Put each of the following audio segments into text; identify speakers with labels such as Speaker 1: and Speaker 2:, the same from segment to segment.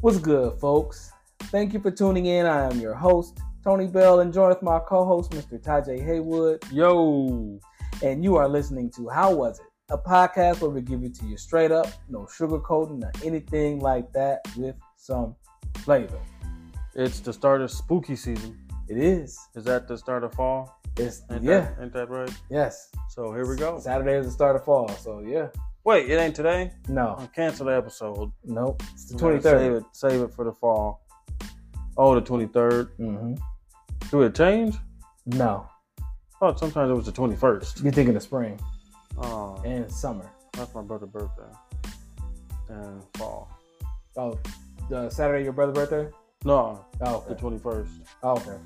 Speaker 1: What's good, folks? Thank you for tuning in. I am your host, Tony Bell, and joined with my co host, Mr. Tajay Haywood.
Speaker 2: Yo,
Speaker 1: And you are listening to How Was It? A podcast where we give it to you straight up, no sugarcoating or anything like that, with some flavor.
Speaker 2: it's the start of spooky season.
Speaker 1: It is.
Speaker 2: Is that the start of fall?
Speaker 1: It's,
Speaker 2: Ain't
Speaker 1: yeah,
Speaker 2: that, ain't that right?
Speaker 1: yes.
Speaker 2: So here we go.
Speaker 1: Saturday is the start of fall, so yeah.
Speaker 2: Wait, it ain't today.
Speaker 1: No,
Speaker 2: I'll cancel the episode.
Speaker 1: nope. It's the
Speaker 2: We
Speaker 1: 23rd.
Speaker 2: gotta Save it, save it for the fall. Oh, the twenty third.
Speaker 1: hmm
Speaker 2: Do it change?
Speaker 1: No,
Speaker 2: Thought sometimes it was the twenty first.
Speaker 1: you're thinking of spring
Speaker 2: Oh,
Speaker 1: and summer.
Speaker 2: that's my brother's birthday. And fall.
Speaker 1: Oh, uh, Saturday, your brother's birthday?
Speaker 2: No,
Speaker 1: Oh,
Speaker 2: the
Speaker 1: okay.
Speaker 2: twenty first.
Speaker 1: Okay.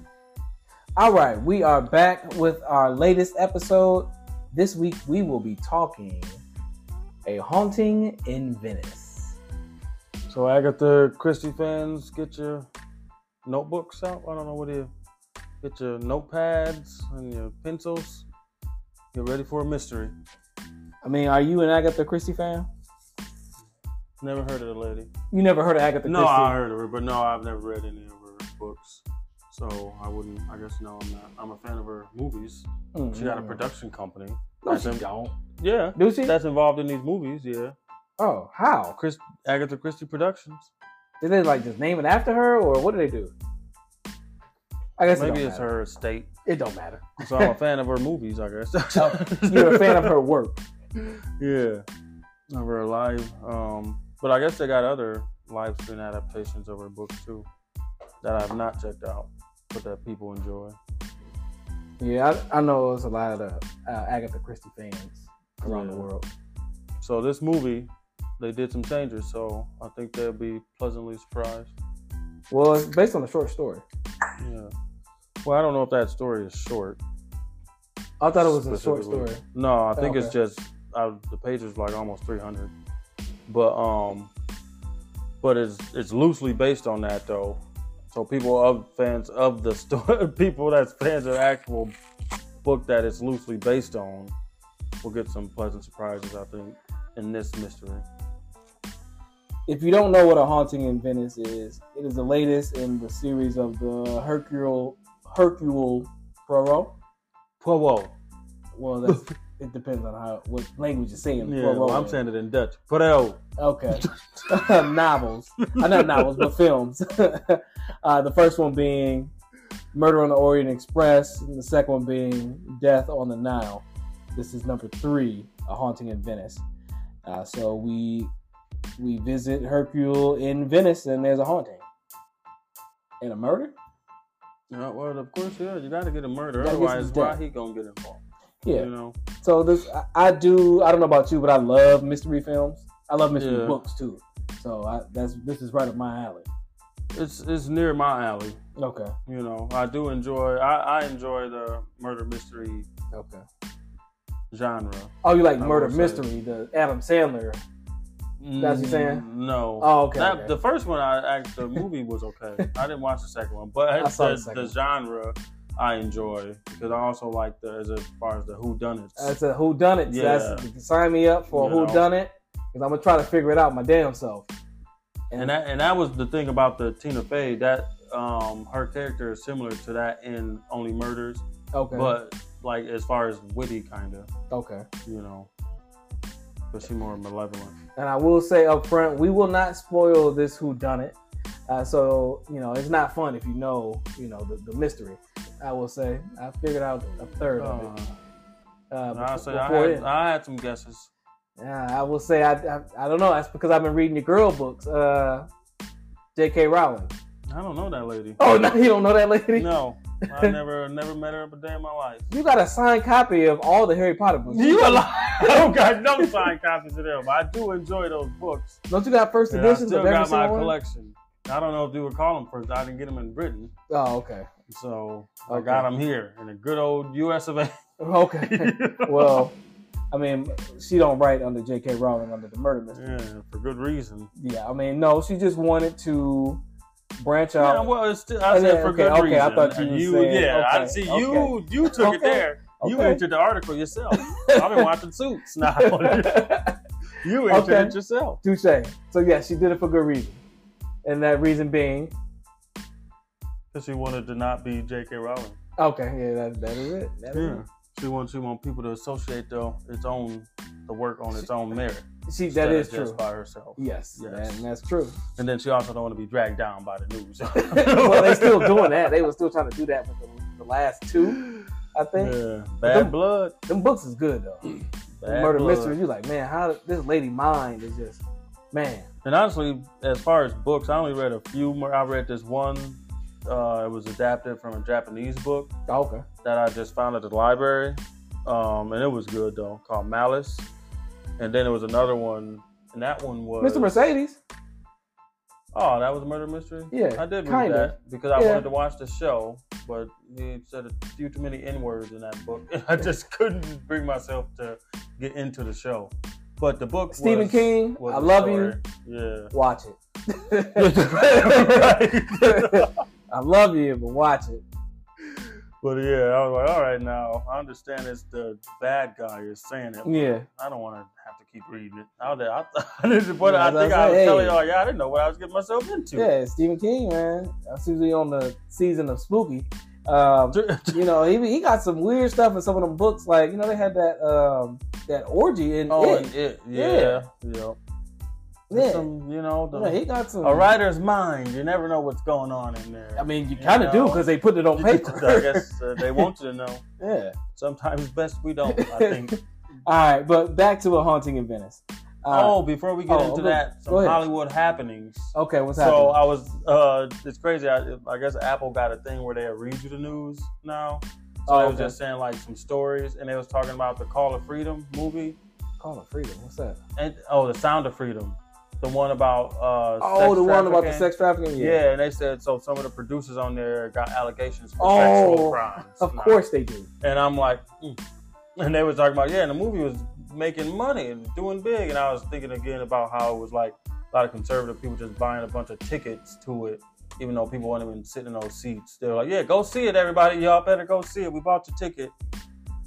Speaker 1: All right, we are back with our latest episode. This week we will be talking a haunting in Venice.
Speaker 2: So Agatha Christie fans, get your notebooks out. I don't know what you get your notepads and your pencils. Get ready for a mystery.
Speaker 1: I mean, are you an Agatha Christie fan?
Speaker 2: Never heard of the lady.
Speaker 1: You never heard of Agatha
Speaker 2: no,
Speaker 1: Christie?
Speaker 2: I heard of her, but no, I've never read any of her books. So I wouldn't. I guess no, I'm not. I'm a fan of her movies.
Speaker 1: Mm,
Speaker 2: She got a
Speaker 1: mm.
Speaker 2: production company.
Speaker 1: No, she don't.
Speaker 2: Yeah,
Speaker 1: Do she?
Speaker 2: that's involved in these movies. Yeah,
Speaker 1: oh, how?
Speaker 2: Chris Agatha Christie Productions.
Speaker 1: Did they like just name it after her, or what do they do? I guess
Speaker 2: Maybe
Speaker 1: it don't
Speaker 2: it's
Speaker 1: matter.
Speaker 2: her estate.
Speaker 1: It don't matter.
Speaker 2: So I'm a fan of her movies. I guess.
Speaker 1: Oh, You're a fan of her work.
Speaker 2: Yeah, of her live. Um, but I guess they got other live stream adaptations of her books too that I've not checked out, but that people enjoy.
Speaker 1: Yeah, I, I know it's a lot of uh, Agatha Christie fans around the
Speaker 2: Yeah.
Speaker 1: world.
Speaker 2: So this movie, they did some changes, so I think they'll be pleasantly surprised.
Speaker 1: Well, it's based on a short story.
Speaker 2: Yeah. Well, I don't know if that story is short.
Speaker 1: I thought it was a short
Speaker 2: Specifically.
Speaker 1: story. Oh,
Speaker 2: No, I think it's
Speaker 1: Okay.
Speaker 2: just I, the page is like almost 300, but um, but it's it's loosely based on that though. So people of fans of the story, people that's fans of the actual book that it's loosely based on, will get some pleasant surprises. I think in this mystery.
Speaker 1: If you don't know what a haunting in Venice is, it is the latest in the series of the Hercule Hercule Poirot.
Speaker 2: Poirot.
Speaker 1: Well, that's, it depends on how what language you're saying.
Speaker 2: Yeah,
Speaker 1: Poirot
Speaker 2: well, I'm
Speaker 1: in.
Speaker 2: saying it in Dutch. Poirot.
Speaker 1: okay. novels, uh, not novels, but films. uh, the first one being Murder on the Orient Express, and the second one being Death on the Nile. This is number three, A Haunting in Venice. Uh, so we we visit Hercule in Venice, and there's a haunting and a murder.
Speaker 2: Yeah, well, of course, yeah, you gotta get a murder.
Speaker 1: Gotta get some
Speaker 2: Otherwise, why
Speaker 1: death.
Speaker 2: he gonna get involved?
Speaker 1: Yeah.
Speaker 2: You know?
Speaker 1: So this I, I do. I don't know about you, but I love mystery films. I love mystery
Speaker 2: Yeah.
Speaker 1: books too. So I, that's this is right up my alley.
Speaker 2: It's, it's near my alley.
Speaker 1: Okay.
Speaker 2: you know i do enjoy i, I enjoy the murder mystery
Speaker 1: Okay.
Speaker 2: genre
Speaker 1: Oh, you like
Speaker 2: I
Speaker 1: murder
Speaker 2: will say.
Speaker 1: mystery, the Adam Sandler. That's what you're saying?
Speaker 2: Mm, no
Speaker 1: Oh, okay.
Speaker 2: that,
Speaker 1: okay.
Speaker 2: the first one i act the movie was okay i didn't watch the second one but
Speaker 1: I
Speaker 2: it's
Speaker 1: saw the
Speaker 2: the,
Speaker 1: second
Speaker 2: the
Speaker 1: one.
Speaker 2: genre i enjoy because i also like the as far as the who done it
Speaker 1: That's a who done it.
Speaker 2: Yeah.
Speaker 1: That's sign me up for a
Speaker 2: You
Speaker 1: who
Speaker 2: know.
Speaker 1: done it because I'm gonna try to figure it out my damn self.
Speaker 2: and that and that was the thing about the tina fey that um her character is similar to that in only murders
Speaker 1: okay,
Speaker 2: but like as far as witty kind of
Speaker 1: okay.
Speaker 2: you know but she more malevolent
Speaker 1: And I will say up front, we will not spoil this who done it. Uh, so you know, it's not fun if you know you know the, the mystery. I will say I figured out a third of it.
Speaker 2: Uh,
Speaker 1: Uh,
Speaker 2: Nah, I
Speaker 1: befo-
Speaker 2: say I
Speaker 1: before
Speaker 2: had,
Speaker 1: then.
Speaker 2: I had some guesses.
Speaker 1: Yeah, I will say I, I I don't know. That's because I've been reading your girl books. Uh, J.K. Rowling.
Speaker 2: I don't know that lady.
Speaker 1: Oh, no, you don't know that lady.
Speaker 2: No, I never never met her a day in my life.
Speaker 1: You got a signed copy of all the Harry Potter books.
Speaker 2: You a lie. I don't got no signed copies of them. but I do enjoy those books.
Speaker 1: Don't you got first
Speaker 2: And I
Speaker 1: editions
Speaker 2: still
Speaker 1: of every
Speaker 2: got my
Speaker 1: single one?
Speaker 2: collection. I don't know if you would call them first. I didn't get them in Britain,
Speaker 1: Oh, okay.
Speaker 2: so I
Speaker 1: Okay.
Speaker 2: got them here in the good old U.S. of A.
Speaker 1: Okay. well, I mean, she don't write under J.K. Rowling under the murder mystery.
Speaker 2: yeah, for good reason.
Speaker 1: Yeah, I mean, no, she just wanted to branch out.
Speaker 2: Yeah, well, it's still, I
Speaker 1: And
Speaker 2: said
Speaker 1: then-
Speaker 2: for
Speaker 1: okay,
Speaker 2: good
Speaker 1: okay, I
Speaker 2: reason.
Speaker 1: thought you
Speaker 2: And
Speaker 1: were saying-
Speaker 2: yeah, I
Speaker 1: okay,
Speaker 2: see you.
Speaker 1: okay.
Speaker 2: You took it
Speaker 1: Okay,
Speaker 2: there. You
Speaker 1: okay.
Speaker 2: entered the article yourself. I've been watching Suits now. you entered
Speaker 1: Okay.
Speaker 2: it yourself.
Speaker 1: Touche. So yeah, she did it for good reason. and that reason being,
Speaker 2: Because she wanted to not be J.K. Rowling.
Speaker 1: okay, yeah, that, that is it. That is
Speaker 2: Yeah. She wants she want people to associate though its own the work on its own merit.
Speaker 1: it. See,
Speaker 2: instead
Speaker 1: that
Speaker 2: of
Speaker 1: is
Speaker 2: just
Speaker 1: true.
Speaker 2: by herself.
Speaker 1: Yes,
Speaker 2: Yes.
Speaker 1: and that's true.
Speaker 2: And then she also don't want to be dragged down by the news.
Speaker 1: well, they still doing that. They were still trying to do that with the, the last two, I think.
Speaker 2: Yeah.
Speaker 1: Them-
Speaker 2: Bad blood.
Speaker 1: Them books is good though.
Speaker 2: Bad
Speaker 1: Murder
Speaker 2: blood.
Speaker 1: mystery. You like, man, how this lady mind is just, man.
Speaker 2: And honestly, as far as books, I only read a few more. I read this one. Uh, it was adapted from a Japanese book
Speaker 1: Okay.
Speaker 2: that I just found at the library, um, and it was good though. Called Malice. And then there was another one, and that one was
Speaker 1: Mr. Mercedes.
Speaker 2: Oh, that was a murder mystery.
Speaker 1: Yeah,
Speaker 2: I did read
Speaker 1: kinda.
Speaker 2: that because I
Speaker 1: Yeah.
Speaker 2: wanted to watch the show, but he said a few too many n words in that book, and I just couldn't bring myself to get into the show. But the book,
Speaker 1: Stephen
Speaker 2: was,
Speaker 1: King,
Speaker 2: was
Speaker 1: I
Speaker 2: the
Speaker 1: love
Speaker 2: story.
Speaker 1: you. Watch it.
Speaker 2: Yeah.
Speaker 1: I love you, but watch it.
Speaker 2: but yeah, I was like, all right, now I understand it's the bad guy is saying it.
Speaker 1: Yeah.
Speaker 2: I don't want to have to keep reading it. I, was- I, th- but
Speaker 1: Yeah,
Speaker 2: I
Speaker 1: as I
Speaker 2: think I was
Speaker 1: said,
Speaker 2: telling
Speaker 1: hey.
Speaker 2: y'all, yeah, I didn't know what I was getting myself into.
Speaker 1: Yeah, Stephen King, man. That's usually on the season of Spooky. Um, you know, he, he got some weird stuff in some of them books. Like, you know, they had that um, that orgy in
Speaker 2: oh,
Speaker 1: it.
Speaker 2: and it,
Speaker 1: Yeah.
Speaker 2: yeah, yeah.
Speaker 1: yeah.
Speaker 2: Some, you know, the,
Speaker 1: You know, he got some.
Speaker 2: a writer's mind. You never know what's going on in there.
Speaker 1: I mean, you
Speaker 2: You
Speaker 1: kind of do
Speaker 2: know.
Speaker 1: because they put it on
Speaker 2: I
Speaker 1: paper.
Speaker 2: guess uh, they want you to know.
Speaker 1: yeah.
Speaker 2: Sometimes best we don't. I think.
Speaker 1: All right, but back to a haunting in Venice. Uh,
Speaker 2: oh, before we get
Speaker 1: Oh,
Speaker 2: into
Speaker 1: okay.
Speaker 2: that, some
Speaker 1: Go ahead.
Speaker 2: Hollywood happenings.
Speaker 1: okay. What's
Speaker 2: Oh. So
Speaker 1: happening?
Speaker 2: I was. Uh, it's crazy. I, I guess Apple got a thing where they read you the news now. So
Speaker 1: Oh,
Speaker 2: I was
Speaker 1: okay.
Speaker 2: just saying like some stories, and they was talking about the Call of Freedom movie
Speaker 1: Call of Freedom. What's that?
Speaker 2: and oh, the Sound of Freedom, the one about uh,
Speaker 1: Oh,
Speaker 2: sex
Speaker 1: the one about the
Speaker 2: trafficking.
Speaker 1: sex trafficking.
Speaker 2: Yeah. and they said so. Some of the producers on there got allegations for
Speaker 1: Oh,
Speaker 2: sexual crimes.
Speaker 1: Of
Speaker 2: Nah.
Speaker 1: course they do.
Speaker 2: And I'm like, mm. and they were talking about yeah, and the movie was making money and doing big. And I was thinking again about how it was like a lot of conservative people just buying a bunch of tickets to it, even though people weren't even sitting in those seats. They're like, yeah, go see it, everybody. Y'all better go see it. We bought your ticket.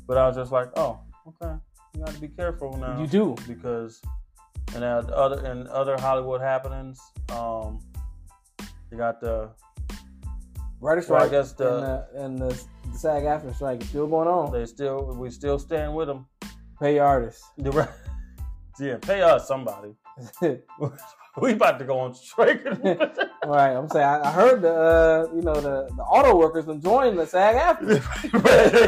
Speaker 2: But I was just like, oh, okay. You got to be careful now
Speaker 1: You do.
Speaker 2: because and uh, the other and other Hollywood happenings. Um, you got the
Speaker 1: Writer's
Speaker 2: well, I
Speaker 1: strike
Speaker 2: guess the
Speaker 1: and uh, the, and the, the SAG after strike is still going on.
Speaker 2: they still we still stand with them.
Speaker 1: Pay your artists.
Speaker 2: The re- yeah, pay us somebody.
Speaker 1: All
Speaker 2: We about to go on strike.
Speaker 1: right, I'm saying I, I heard the uh, you know the, the auto workers been joining the SAG after.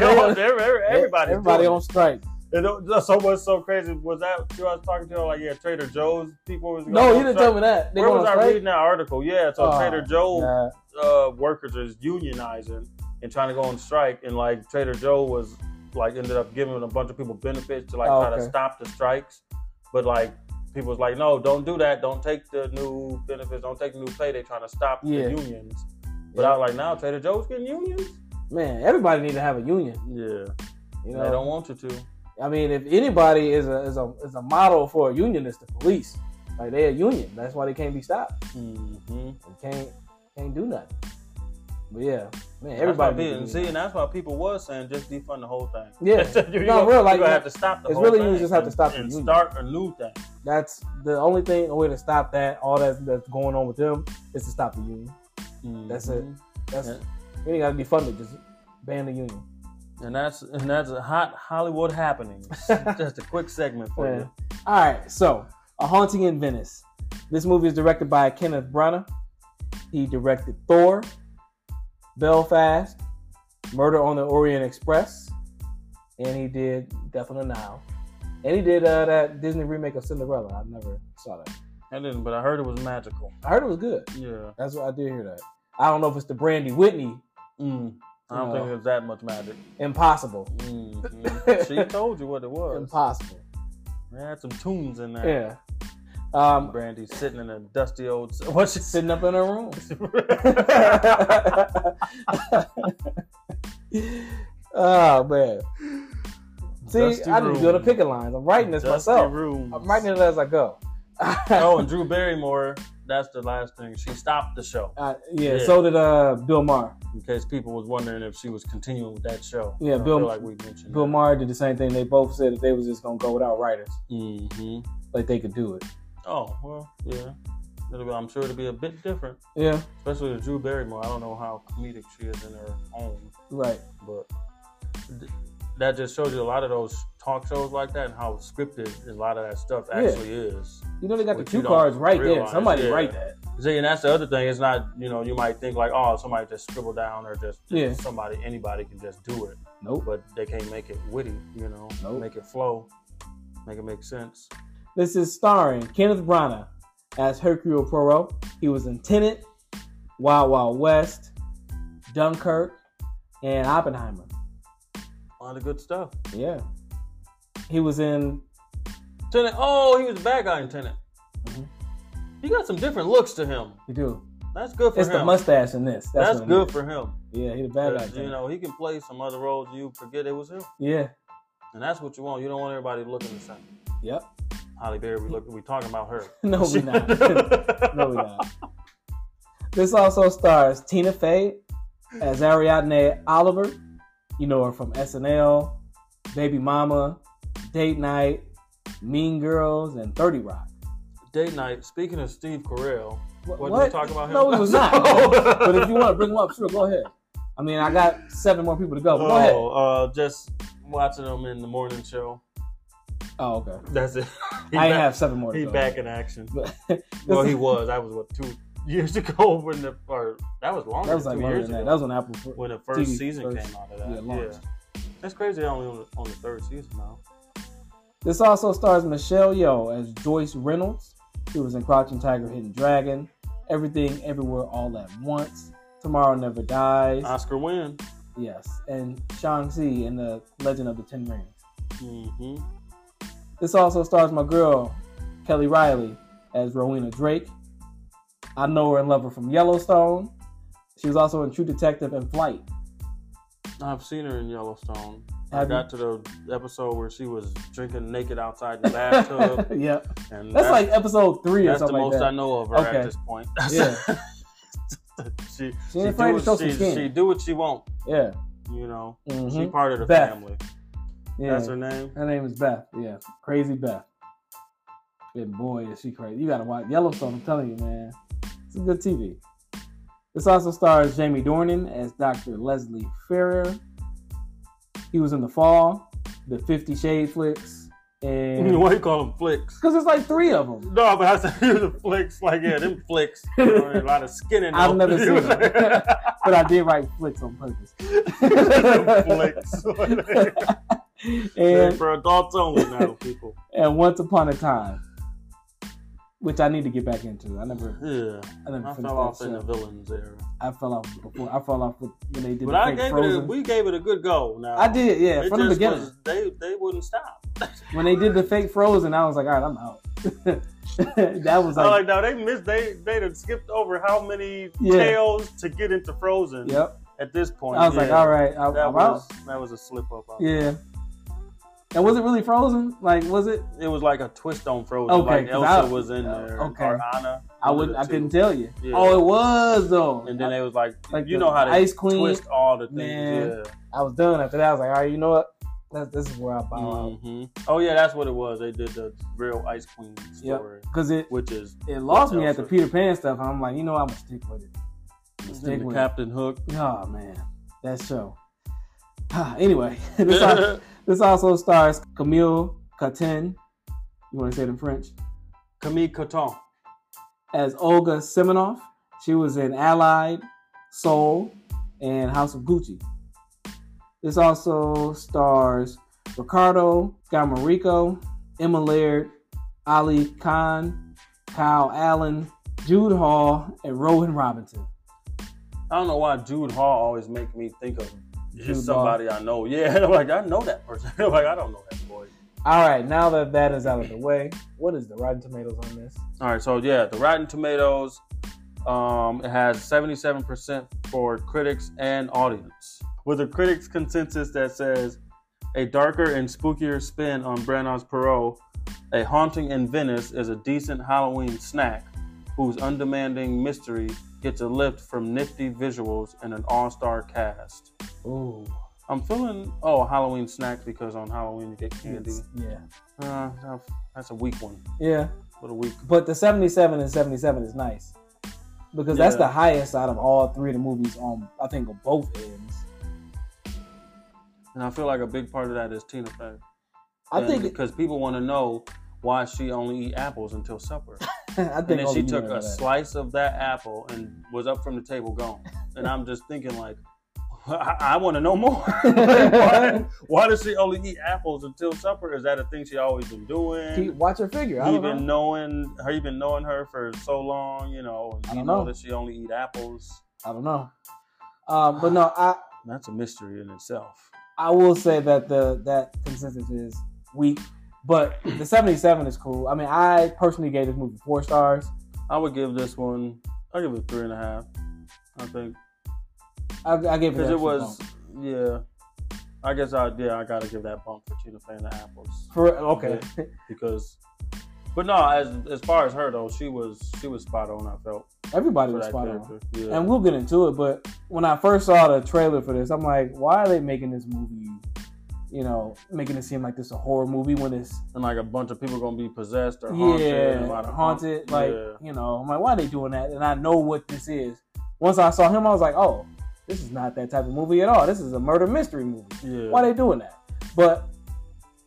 Speaker 2: everybody,
Speaker 1: everybody on strike.
Speaker 2: And it- that's so what's so crazy was that you I was talking to like yeah Trader Joe's people was going
Speaker 1: No,
Speaker 2: on
Speaker 1: you didn't
Speaker 2: strike.
Speaker 1: tell me that. They
Speaker 2: Where
Speaker 1: going
Speaker 2: was
Speaker 1: on
Speaker 2: I
Speaker 1: strike?
Speaker 2: reading that article? Yeah, so
Speaker 1: Oh,
Speaker 2: Trader Joe's
Speaker 1: Nah.
Speaker 2: uh, workers is unionizing and trying to go on strike, and like Trader Joe was like ended up giving a bunch of people benefits to like
Speaker 1: Oh,
Speaker 2: try
Speaker 1: okay.
Speaker 2: to stop the strikes, but like people was like, no, don't do that, don't take the new benefits, don't take the new pay. They trying to stop
Speaker 1: Yeah.
Speaker 2: the unions, but I was like, now Trader Joe's getting unions.
Speaker 1: Man, everybody need to have a union.
Speaker 2: Yeah,
Speaker 1: You
Speaker 2: they
Speaker 1: know,
Speaker 2: don't want you to.
Speaker 1: I mean, if anybody is a is a is a model for a union, it's the police. Like they're a union. That's why they can't be stopped.
Speaker 2: Mm-hmm.
Speaker 1: They can't can't do nothing. But yeah, man, everybody. need a
Speaker 2: didn't
Speaker 1: union.
Speaker 2: see, and that's why people was saying just defund the whole thing.
Speaker 1: Yeah.
Speaker 2: you,
Speaker 1: No,
Speaker 2: gonna-
Speaker 1: real,
Speaker 2: you
Speaker 1: like,
Speaker 2: gonna have to stop the
Speaker 1: it's
Speaker 2: whole
Speaker 1: really you
Speaker 2: thing.
Speaker 1: just have to
Speaker 2: and-
Speaker 1: stop the
Speaker 2: and
Speaker 1: union.
Speaker 2: start a new thing.
Speaker 1: that's the only thing a way to stop that all that's that's going on with them is to stop the union That's it.
Speaker 2: Mm-hmm.
Speaker 1: that's
Speaker 2: Yeah.
Speaker 1: you ain't gotta be funded just ban the union
Speaker 2: And that's and that's a hot Hollywood happening. Just a quick segment for
Speaker 1: Yeah.
Speaker 2: you.
Speaker 1: all right so a haunting in venice this movie is directed by kenneth branagh he directed thor belfast murder on the orient express and he did death on the nile and he did uh, that disney remake of cinderella i never saw that
Speaker 2: I didn't, but I heard it was magical.
Speaker 1: i heard it was good
Speaker 2: Yeah.
Speaker 1: that's what i did hear that i don't know if it's the brandy whitney
Speaker 2: Mm. I don't
Speaker 1: No.
Speaker 2: think there's that much magic.
Speaker 1: impossible
Speaker 2: Mm. she told you what it was.
Speaker 1: impossible
Speaker 2: They had some tunes in there.
Speaker 1: Yeah. Um,
Speaker 2: Brandy sitting in a dusty old. What she
Speaker 1: sitting up in her room. oh man. See,
Speaker 2: Dusty
Speaker 1: I need to go to
Speaker 2: room.
Speaker 1: picking lines. I'm writing this
Speaker 2: Dusty
Speaker 1: myself.
Speaker 2: rooms.
Speaker 1: I'm writing it as I go.
Speaker 2: oh, and Drew Barrymore. That's the last thing. She stopped the show
Speaker 1: Uh, yeah,
Speaker 2: Yeah.
Speaker 1: So did uh, Bill Maher.
Speaker 2: in case people was wondering if she was continuing with that show.
Speaker 1: Yeah,
Speaker 2: I
Speaker 1: Bill-
Speaker 2: Feel like we mentioned.
Speaker 1: Bill Maher did the same thing. They both said that they was just gonna go without writers,
Speaker 2: Mm-hmm.
Speaker 1: like they could do it.
Speaker 2: Oh well, yeah. It'll be, I'm sure it'll be a bit different,
Speaker 1: Yeah,
Speaker 2: especially with Drew Barrymore. I don't know how comedic she is in her own,
Speaker 1: right.
Speaker 2: but th- that just shows you a lot of those talk shows like that and how scripted a lot of that stuff
Speaker 1: Yeah.
Speaker 2: actually is.
Speaker 1: You know they got
Speaker 2: Which
Speaker 1: the
Speaker 2: you
Speaker 1: cue
Speaker 2: don't
Speaker 1: cards right there.
Speaker 2: realize,
Speaker 1: Somebody
Speaker 2: yeah.
Speaker 1: write that.
Speaker 2: See, and that's the other thing. It's not you know you might think like oh somebody just scribbled down or just
Speaker 1: Yeah.
Speaker 2: somebody anybody can just do it,
Speaker 1: Nope.
Speaker 2: but they can't make it witty. You know,
Speaker 1: Nope.
Speaker 2: make it flow, make it make sense.
Speaker 1: This is starring Kenneth Branagh as Hercule Poirot. He was in Tenet, Wild Wild West, Dunkirk, and Oppenheimer.
Speaker 2: A lot of good stuff.
Speaker 1: Yeah. He was in
Speaker 2: Tenant. Oh, he was a bad guy in Tenant.
Speaker 1: Mhm.
Speaker 2: He got some different looks to him.
Speaker 1: you do.
Speaker 2: That's good for
Speaker 1: It's
Speaker 2: him.
Speaker 1: the mustache in this. That's,
Speaker 2: That's
Speaker 1: what it
Speaker 2: good
Speaker 1: is.
Speaker 2: for him.
Speaker 1: Yeah, he's a bad guy.
Speaker 2: 'Cause, You know, he can play some other roles. You forget it was him,
Speaker 1: Yeah.
Speaker 2: and that's what you want. You don't want everybody looking the same.
Speaker 1: Yep.
Speaker 2: Holly Berry, we look, we talking about her.
Speaker 1: No, Oh, we not. no, we not. This also stars Tina Fey as Ariadne Oliver. You know her from SNL, Baby Mama, Date Night, Mean Girls, and Thirty Rock.
Speaker 2: Date night. Speaking of Steve Carell,
Speaker 1: Wh-
Speaker 2: what, did we talk about him?
Speaker 1: No, we was not. but if you want to bring them up, sure, go ahead. I mean, I got seven more people to go. But go ahead.
Speaker 2: oh, uh, just watching him in the morning show.
Speaker 1: Oh, okay.
Speaker 2: That's it. He
Speaker 1: I
Speaker 2: back-
Speaker 1: have seven more. To
Speaker 2: He
Speaker 1: go.
Speaker 2: back in action.
Speaker 1: But-
Speaker 2: Well, he was. That was what two years ago when the or that was longer.
Speaker 1: That was
Speaker 2: than
Speaker 1: like
Speaker 2: two
Speaker 1: longer
Speaker 2: years
Speaker 1: than that.
Speaker 2: ago
Speaker 1: That was on Apple.
Speaker 2: when the first
Speaker 1: TV
Speaker 2: season
Speaker 1: first-
Speaker 2: came out of
Speaker 1: yeah,
Speaker 2: that. Yeah,
Speaker 1: launched.
Speaker 2: that's crazy. They're only on the, on the third season now.
Speaker 1: This also stars Michelle Yeoh as Joyce Reynolds, who was in Crouching Tiger, Hidden Dragon, Everything, Everywhere, All at Once, Tomorrow Never Dies,
Speaker 2: Oscar win.
Speaker 1: yes, and Shang-Chi in The Legend of the Ten Rings.
Speaker 2: hmm
Speaker 1: This also stars my girl, Kelly Riley, as Rowena Drake. I know her and love her from Yellowstone. She was also in True Detective and Flight.
Speaker 2: I've seen her in Yellowstone. I
Speaker 1: Have
Speaker 2: got to the episode where she was drinking naked outside in the bathtub,
Speaker 1: yeah,
Speaker 2: and
Speaker 1: that's like episode three or
Speaker 2: that's the
Speaker 1: something
Speaker 2: most
Speaker 1: like that.
Speaker 2: I know of her
Speaker 1: Okay.
Speaker 2: at this point.
Speaker 1: Yeah. She
Speaker 2: she she,
Speaker 1: ain't
Speaker 2: do
Speaker 1: afraid to show
Speaker 2: what,
Speaker 1: some
Speaker 2: she,
Speaker 1: skin.
Speaker 2: she do what she want.
Speaker 1: Yeah,
Speaker 2: You know,
Speaker 1: Mhm.
Speaker 2: she part of the
Speaker 1: Beth.
Speaker 2: family.
Speaker 1: yeah.
Speaker 2: That's her name.
Speaker 1: Her name is Beth. Yeah, crazy Beth. And boy, is she crazy! You gotta watch Yellowstone. I'm telling you, man, it's a good TV. This also stars Jamie Dornan as Dr. Leslie Ferrer. He was in The Fall, the Fifty Shade flicks, and
Speaker 2: Why you call them flicks?
Speaker 1: because there's like three of them.
Speaker 2: No, but I said he was a flicks. Like, yeah, them flicks. You know, a lot of skin in them.
Speaker 1: I've never seen them.
Speaker 2: them
Speaker 1: But I did write flicks on purpose.
Speaker 2: flicks.
Speaker 1: and
Speaker 2: For adults only now, people.
Speaker 1: and Once Upon a Time, which I need to get back into. I never,
Speaker 2: Yeah.
Speaker 1: I never
Speaker 2: I
Speaker 1: finished
Speaker 2: fell off
Speaker 1: that
Speaker 2: in the
Speaker 1: show.
Speaker 2: villains era.
Speaker 1: I fell off before. I fell off with, when they did
Speaker 2: But
Speaker 1: the
Speaker 2: I
Speaker 1: fake
Speaker 2: gave it a,
Speaker 1: Frozen.
Speaker 2: we gave it a good go now.
Speaker 1: I did, yeah,
Speaker 2: It
Speaker 1: from the
Speaker 2: just
Speaker 1: beginning.
Speaker 2: was- they, they wouldn't stop.
Speaker 1: When they did the fake Frozen, I was like, all right, I'm out. that was
Speaker 2: So,
Speaker 1: like,
Speaker 2: like, no, they missed, they, they done skipped over how many
Speaker 1: Yeah.
Speaker 2: tales to get into Frozen
Speaker 1: yep.
Speaker 2: at this point.
Speaker 1: I was like,
Speaker 2: Yeah.
Speaker 1: all right, I,
Speaker 2: That
Speaker 1: I'm
Speaker 2: was,
Speaker 1: out.
Speaker 2: that was a slip up. I
Speaker 1: Yeah. And was it really Frozen? Like, was it?
Speaker 2: It was like a twist on Frozen.
Speaker 1: Okay,
Speaker 2: like
Speaker 1: 'cause
Speaker 2: Elsa
Speaker 1: I-
Speaker 2: was in
Speaker 1: uh,
Speaker 2: there.
Speaker 1: okay.
Speaker 2: Or Anna.
Speaker 1: I
Speaker 2: One of
Speaker 1: wouldn't.
Speaker 2: the
Speaker 1: I
Speaker 2: two.
Speaker 1: couldn't tell you.
Speaker 2: Yeah.
Speaker 1: Oh, it was though.
Speaker 2: And then
Speaker 1: I,
Speaker 2: they was like,
Speaker 1: like
Speaker 2: you
Speaker 1: the
Speaker 2: know how they
Speaker 1: Ice Queen.
Speaker 2: twist all the things.
Speaker 1: Man.
Speaker 2: Yeah.
Speaker 1: I was done after that. I was like, all right, you know what? That's, this is where I bow out
Speaker 2: Mhm. Oh yeah, that's what it was. They did the real Ice Queen story,
Speaker 1: because it
Speaker 2: which is
Speaker 1: it lost me
Speaker 2: Elsa.
Speaker 1: at the Peter Pan stuff. I'm like, you know, I'm gonna stick with it. Stick
Speaker 2: the
Speaker 1: with it.
Speaker 2: Captain Hook.
Speaker 1: Oh man, that show. anyway, this all- This also stars Camille Cotin, you want to say it in French,
Speaker 2: Camille Coton.
Speaker 1: as Olga Semenoff. She was in Allied, Soul, and House of Gucci. This also stars Ricardo Gamarico, Emma Laird, Ali Khan, Kyle Allen, Jude Hall, and Rowan Robinson.
Speaker 2: I don't know why Jude Hall always make me think of
Speaker 1: Jude
Speaker 2: just somebody I know. Yeah, like I know that person. like I don't know that boy.
Speaker 1: All right, now that that is out of the way, what is the Rotten Tomatoes on this?
Speaker 2: All right, so yeah, the Rotten Tomatoes, um, it has 77% for critics and audience, with a critics consensus that says a darker and spookier spin on Branagh's Perot, a haunting in Venice is a decent Halloween snack, whose undemanding mystery gets a lift from nifty visuals and an all-star cast.
Speaker 1: Ooh,
Speaker 2: I'm feeling oh Halloween snack because on Halloween you get candy.
Speaker 1: yeah,
Speaker 2: Uh, that's a weak one.
Speaker 1: yeah.
Speaker 2: for the week.
Speaker 1: But the 77 and 77 is nice because that's
Speaker 2: Yeah.
Speaker 1: the highest out of all three of the movies on I think on both ends.
Speaker 2: And I feel like a big part of that is Tina Fey.
Speaker 1: I
Speaker 2: And
Speaker 1: think
Speaker 2: because people want to know why she only eat apples until supper,
Speaker 1: I think
Speaker 2: and then
Speaker 1: all
Speaker 2: she
Speaker 1: of you
Speaker 2: took
Speaker 1: know
Speaker 2: a
Speaker 1: that.
Speaker 2: slice of that apple and was up from the table gone. And I'm just thinking like, I, I want to know more. Like, why, why does she only eat apples until supper? Is that a thing she always been doing?
Speaker 1: Keep- watch her figure. I
Speaker 2: he
Speaker 1: don't
Speaker 2: been
Speaker 1: know.
Speaker 2: knowing her, he been knowing her for so long, you know.
Speaker 1: I
Speaker 2: And you
Speaker 1: don't
Speaker 2: know.
Speaker 1: know.
Speaker 2: that she only eat apples.
Speaker 1: I don't know. Um, but no, I
Speaker 2: That's a mystery in itself.
Speaker 1: I will say that the that consensus is weak, but the 77 is cool. I mean, I personally gave this movie four stars.
Speaker 2: I would give this one. I give it three and a half. I think
Speaker 1: I, I gave it
Speaker 2: because
Speaker 1: an extra
Speaker 2: it was
Speaker 1: bump.
Speaker 2: yeah. I guess I yeah I gotta give that bump for Tina Fey and the apples
Speaker 1: For, okay.
Speaker 2: because. But no, as as far as her though, she was she was spot on. I felt
Speaker 1: Everybody
Speaker 2: for
Speaker 1: was
Speaker 2: that
Speaker 1: spot on.
Speaker 2: character. Yeah.
Speaker 1: and we'll get into it. But when I first saw the trailer for this, I'm like, why are they making this movie? You know, making it seem like this a horror movie when it's
Speaker 2: and like a bunch of people gonna be possessed or haunted. and
Speaker 1: yeah
Speaker 2: a lot of
Speaker 1: haunted. Like
Speaker 2: Yeah.
Speaker 1: you know, I'm like, why are they doing that? And I know what this is. Once I saw him, I was like, oh, this is not that type of movie at all. This is a murder mystery movie.
Speaker 2: yeah.
Speaker 1: Why they doing that? But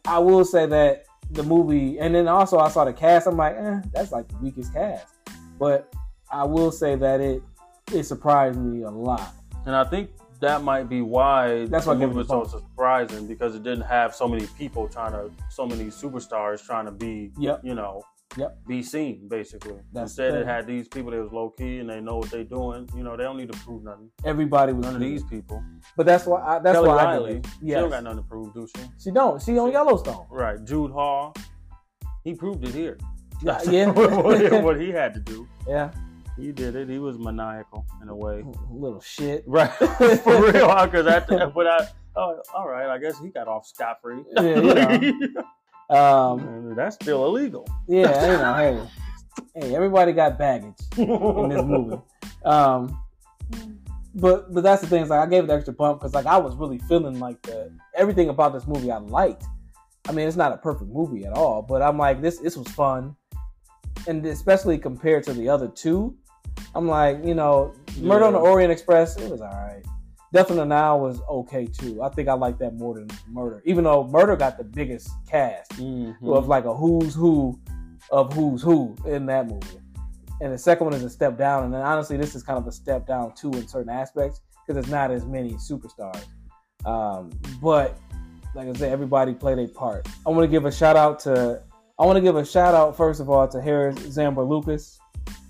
Speaker 1: I will say that the movie, and then also I saw the cast. I'm like, eh, that's like the weakest cast. But I will say that it it surprised me a lot.
Speaker 2: And I think that might be why
Speaker 1: That's
Speaker 2: the
Speaker 1: why I gave
Speaker 2: movie
Speaker 1: it
Speaker 2: was
Speaker 1: the
Speaker 2: so surprising because it didn't have so many people trying to, so many superstars trying to be,
Speaker 1: Yep.
Speaker 2: you know,
Speaker 1: Yep.
Speaker 2: be seen basically.
Speaker 1: That's
Speaker 2: Instead,
Speaker 1: the
Speaker 2: it
Speaker 1: thing.
Speaker 2: had these people that was low key and they know what they doing. You know, they don't need to prove nothing.
Speaker 1: Everybody was
Speaker 2: None of
Speaker 1: cool.
Speaker 2: these people.
Speaker 1: But that's why I, that's
Speaker 2: Kelly
Speaker 1: why I
Speaker 2: Riley,
Speaker 1: did it.
Speaker 2: she don't got
Speaker 1: Yes.
Speaker 2: nothing to prove, do she?
Speaker 1: She don't. She on
Speaker 2: She-
Speaker 1: Yellowstone.
Speaker 2: Right. Jude Hall, he proved it here.
Speaker 1: Yeah, Uh, yeah.
Speaker 2: what, what he had to do,
Speaker 1: Yeah.
Speaker 2: he did it. He was maniacal in a way.
Speaker 1: Little shit.
Speaker 2: Right. For real, because I, but I, oh, all right, I guess he got off scot free.
Speaker 1: Yeah, you Um,
Speaker 2: That's still illegal.
Speaker 1: yeah, you know, hey. Hey, everybody got baggage in this movie. Um but but that's the thing, is like I gave it an extra bump because like I was really feeling like the everything about this movie I liked. I mean it's not a perfect movie at all, but I'm like this this was fun. And especially compared to the other two, I'm like, you know, Murder on the
Speaker 2: Yeah.
Speaker 1: Orient Express, it was alright. Death on the Nile was okay too. I think I like that more than Murder, even though Murder got the biggest cast
Speaker 2: Mm-hmm.
Speaker 1: of like a who's who of who's who in that movie. And the second one is a step down. And then honestly, this is kind of a step down too in certain aspects because there's not as many superstars. Um, but like I said, everybody played a part. I want to give a shout out to, I want to give a shout out first of all to Harris Zambra Lucas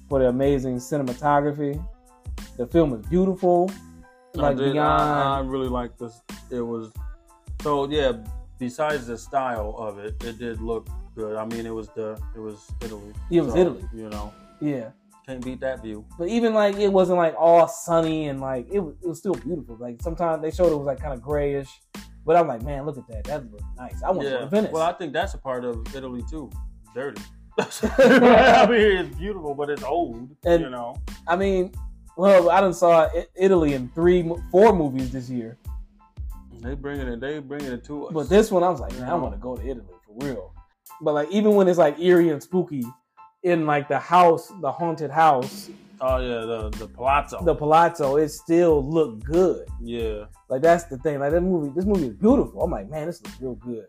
Speaker 1: for the amazing cinematography. The film is beautiful. Like
Speaker 2: I, did, uh, I, I
Speaker 1: beyond,
Speaker 2: really like this. It was so yeah. Besides the style of it, it did look good. I mean, it was the it was Italy.
Speaker 1: It was
Speaker 2: So,
Speaker 1: Italy.
Speaker 2: You know,
Speaker 1: yeah.
Speaker 2: can't beat that view.
Speaker 1: But even like it wasn't like all sunny and like it was, it was still beautiful. Like sometimes they showed it was like kind of grayish, but I'm like, man, look at that. That looks nice. I want to go to Venice.
Speaker 2: Well, I think that's a part of Italy too. Dirty. I mean, it's beautiful, but it's old.
Speaker 1: And-
Speaker 2: you know.
Speaker 1: I, mean, well, I done saw I- Italy in three, mo- four movies this year,
Speaker 2: They bring it. They bring it to us.
Speaker 1: but this one I was like, man, I want to go to Italy for real. But like even when it's like eerie and spooky, in like the house, the haunted house,
Speaker 2: oh yeah, the the palazzo.
Speaker 1: the palazzo, it still looked good.
Speaker 2: yeah,
Speaker 1: Like that's the thing. Like that movie, this movie is beautiful. I'm like, man, this looks real good.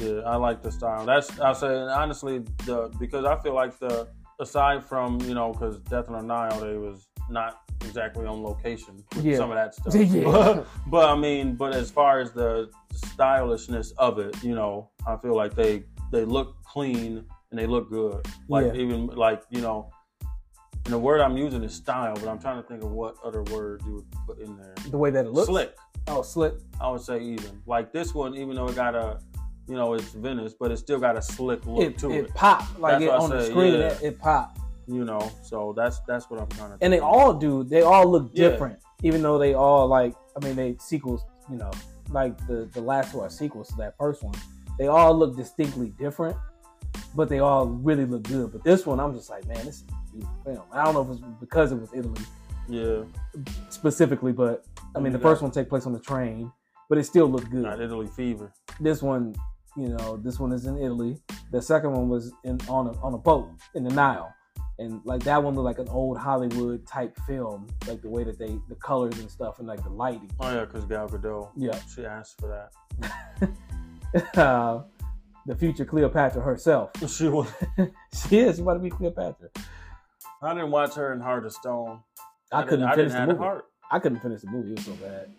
Speaker 2: yeah. I like the style. That's I say and honestly the because I feel like the aside from you know because Death on the Nile they was not exactly on location with
Speaker 1: Yeah.
Speaker 2: some of that stuff.
Speaker 1: Yeah.
Speaker 2: But, but I mean, but as far as the stylishness of it, you know, I feel like they they look clean and they look good. Like
Speaker 1: Yeah.
Speaker 2: even like you know. And the word I'm using is style, but I'm trying to think of what other word you would put in there.
Speaker 1: The way that it looks.
Speaker 2: Slick.
Speaker 1: Oh, slick.
Speaker 2: I would say even like this one, even though it got a, you know, it's Venice, but it still got a slick look
Speaker 1: it,
Speaker 2: to
Speaker 1: it
Speaker 2: it,
Speaker 1: popped like
Speaker 2: That's
Speaker 1: it,
Speaker 2: what I
Speaker 1: on the
Speaker 2: said,
Speaker 1: screen.
Speaker 2: yeah.
Speaker 1: It, it popped,
Speaker 2: you know. So that's that's what I'm trying to.
Speaker 1: and they
Speaker 2: think.
Speaker 1: all do. They all look
Speaker 2: Yeah.
Speaker 1: different, even though they all like. I mean, they sequels. You know, like the the last two are sequels to that first one. They all look distinctly different, but they all really look good. But this one, I'm just like, man, this is a beautiful film. I don't know if it's because it was Italy
Speaker 2: yeah,
Speaker 1: specifically, but I mean, the
Speaker 2: Yeah.
Speaker 1: first one take place on the train, but it still looked good.
Speaker 2: not Italy fever.
Speaker 1: This one, You know, this one is in Italy. The second one was in on a, on a boat in the Nile, and like that one looked like an old Hollywood type film, like the way that they the colors and stuff and like the lighting.
Speaker 2: Oh yeah, because Gal Gadot.
Speaker 1: Yeah.
Speaker 2: She asked for that.
Speaker 1: uh, the future Cleopatra herself.
Speaker 2: She was.
Speaker 1: she is. She about to be Cleopatra.
Speaker 2: I didn't watch her in Heart of Stone.
Speaker 1: I,
Speaker 2: didn't-
Speaker 1: couldn't
Speaker 2: I
Speaker 1: finish
Speaker 2: didn't
Speaker 1: the
Speaker 2: have the
Speaker 1: movie.
Speaker 2: heart.
Speaker 1: I couldn't finish the movie. It was so bad.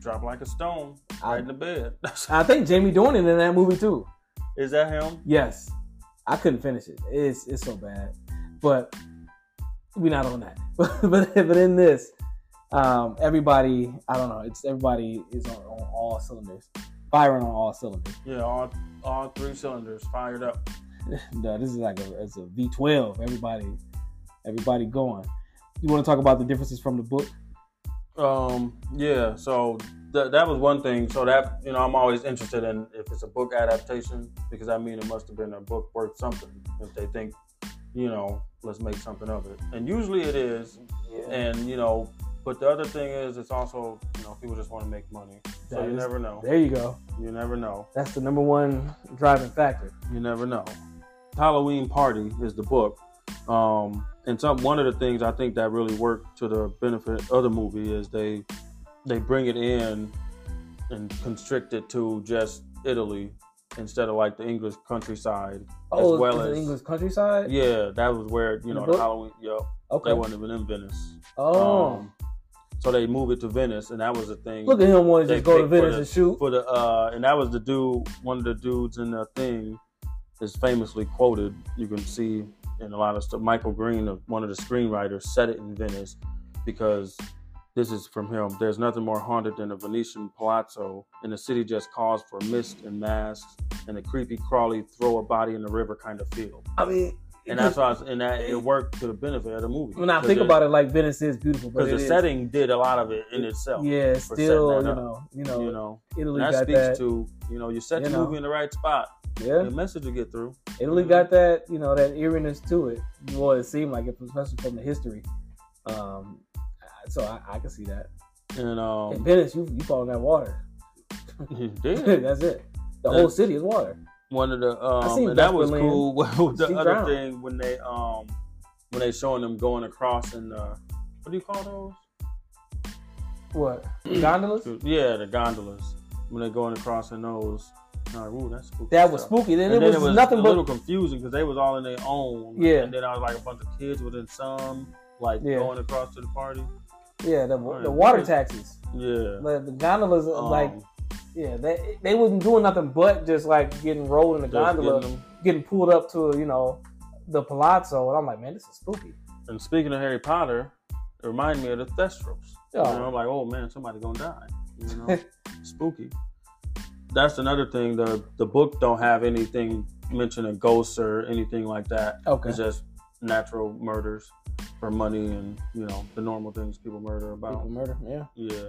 Speaker 2: Drop like a stone
Speaker 1: I-
Speaker 2: right in the bed.
Speaker 1: I think Jamie Dornan in that movie too.
Speaker 2: Is that him?
Speaker 1: Yes, I couldn't finish it. It's it's so bad, but we're not on that. But but, but in this, um, everybody I don't know. It's everybody is on, on all cylinders, firing on all cylinders.
Speaker 2: Yeah, all, all three cylinders fired up.
Speaker 1: No, uh, this is like a it's a V twelve. Everybody, everybody going. You want to talk about the differences from the book?
Speaker 2: Um, yeah, so th- that was one thing. So that you know, I'm always interested in if it's a book adaptation because I mean, it must have been a book worth something if they think, you know, let's make something of it. And usually it is. And you know, but the other thing is, it's also you know, people just want to make money. so
Speaker 1: That is-
Speaker 2: you never know.
Speaker 1: There you go.
Speaker 2: You never know.
Speaker 1: That's the number one driving factor.
Speaker 2: You never know. Halloween Party is the book. Um, and some one of the things I think that really worked to the benefit of the movie is they they bring it in and constrict it to just Italy instead of like the English countryside.
Speaker 1: Oh,
Speaker 2: as well
Speaker 1: it's
Speaker 2: as
Speaker 1: the English countryside.
Speaker 2: yeah, that was where you know
Speaker 1: The
Speaker 2: the
Speaker 1: book?
Speaker 2: Halloween. Yep,
Speaker 1: Okay.
Speaker 2: they weren't even in Venice.
Speaker 1: oh,
Speaker 2: Um, so they moved it to Venice, and that was a thing
Speaker 1: look at him wanting to
Speaker 2: they
Speaker 1: just go to
Speaker 2: picked for
Speaker 1: Venice
Speaker 2: the-
Speaker 1: and shoot.
Speaker 2: for the uh and that was the dude one of the dudes in the thing is famously quoted you can see in a lot of stuff michael green uh, one of the screenwriters said it in venice because this is from him there's nothing more haunted than a venetian palazzo and the city just calls for mist and masks and a creepy crawly throw a body in the river kind of feel
Speaker 1: I mean,
Speaker 2: and that's why I was, and that it worked to the benefit of the movie
Speaker 1: when I think about it, like Venice is beautiful, but
Speaker 2: because the
Speaker 1: it is-
Speaker 2: setting did a lot of it in itself
Speaker 1: yeah, it's
Speaker 2: for
Speaker 1: still you
Speaker 2: setting that
Speaker 1: know, you know,
Speaker 2: you know
Speaker 1: Italy
Speaker 2: And that
Speaker 1: got
Speaker 2: speaks
Speaker 1: that.
Speaker 2: to you know you set
Speaker 1: You
Speaker 2: the
Speaker 1: know.
Speaker 2: movie in the right spot.
Speaker 1: yeah,
Speaker 2: Your message will get through.
Speaker 1: Italy got that. You know, that eeriness to it. Well, it seemed like it, especially from the history. Um, so I, I can see that.
Speaker 2: And
Speaker 1: In
Speaker 2: um,
Speaker 1: Venice, you you fall in that water.
Speaker 2: it did.
Speaker 1: That's it. The
Speaker 2: Yeah.
Speaker 1: whole city is water.
Speaker 2: one of the
Speaker 1: I
Speaker 2: um,
Speaker 1: seen
Speaker 2: and that was
Speaker 1: Vesperland.
Speaker 2: cool. the
Speaker 1: She
Speaker 2: other
Speaker 1: drowned.
Speaker 2: thing when they um when they showing them going across in the what do you call those?
Speaker 1: What gondolas?
Speaker 2: Yeah, the gondolas when they going across in those. Nah, ooh, that's spooky
Speaker 1: That was
Speaker 2: stuff.
Speaker 1: spooky. Then,
Speaker 2: And
Speaker 1: it, was nothing
Speaker 2: a
Speaker 1: but
Speaker 2: little confusing because they was all in their own.
Speaker 1: Yeah.
Speaker 2: and then I was like a bunch of kids within some like
Speaker 1: Yeah.
Speaker 2: going across to the party.
Speaker 1: yeah, the,
Speaker 2: Alright.
Speaker 1: the water taxis.
Speaker 2: Yeah,
Speaker 1: The, the gondolas
Speaker 2: Um,
Speaker 1: like Yeah, they they wasn't doing nothing but just like getting rolled in the
Speaker 2: just
Speaker 1: gondola,
Speaker 2: getting
Speaker 1: getting,
Speaker 2: them
Speaker 1: pulled up to you know the palazzo, and I'm like, man, this is spooky.
Speaker 2: And speaking of Harry Potter, it reminded me of the Thestrals. You
Speaker 1: Oh.
Speaker 2: know, I'm like, oh man, somebody gonna die. You know, spooky. That's another thing. The the book don't have anything mentioning ghosts or anything like that.
Speaker 1: Okay,
Speaker 2: It's just natural murders for money and you know the normal things people murder about.
Speaker 1: People murder, yeah.
Speaker 2: Yeah.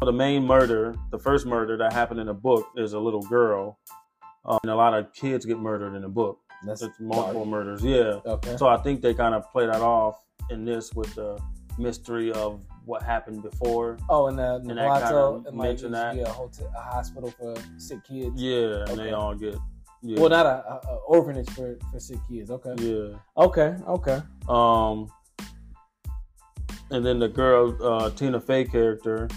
Speaker 2: Well, the main murder, the first murder that happened in the book, is a little girl, um, and a lot of kids get murdered in the book.
Speaker 1: That's
Speaker 2: It's multiple murders. Yeah.
Speaker 1: okay.
Speaker 2: So I think they kind of play that off in this with the mystery of what happened before.
Speaker 1: oh, and the, the
Speaker 2: and that
Speaker 1: palazzo,
Speaker 2: kinda
Speaker 1: and like it
Speaker 2: mentioned
Speaker 1: used to be a, hotel, a hospital for sick kids.
Speaker 2: Yeah, and
Speaker 1: Okay.
Speaker 2: they all get yeah,
Speaker 1: Well, not a, a, a orphanage for, for sick kids. Okay,
Speaker 2: yeah.
Speaker 1: okay, okay.
Speaker 2: Um, and then the girl uh, Tina Fey character,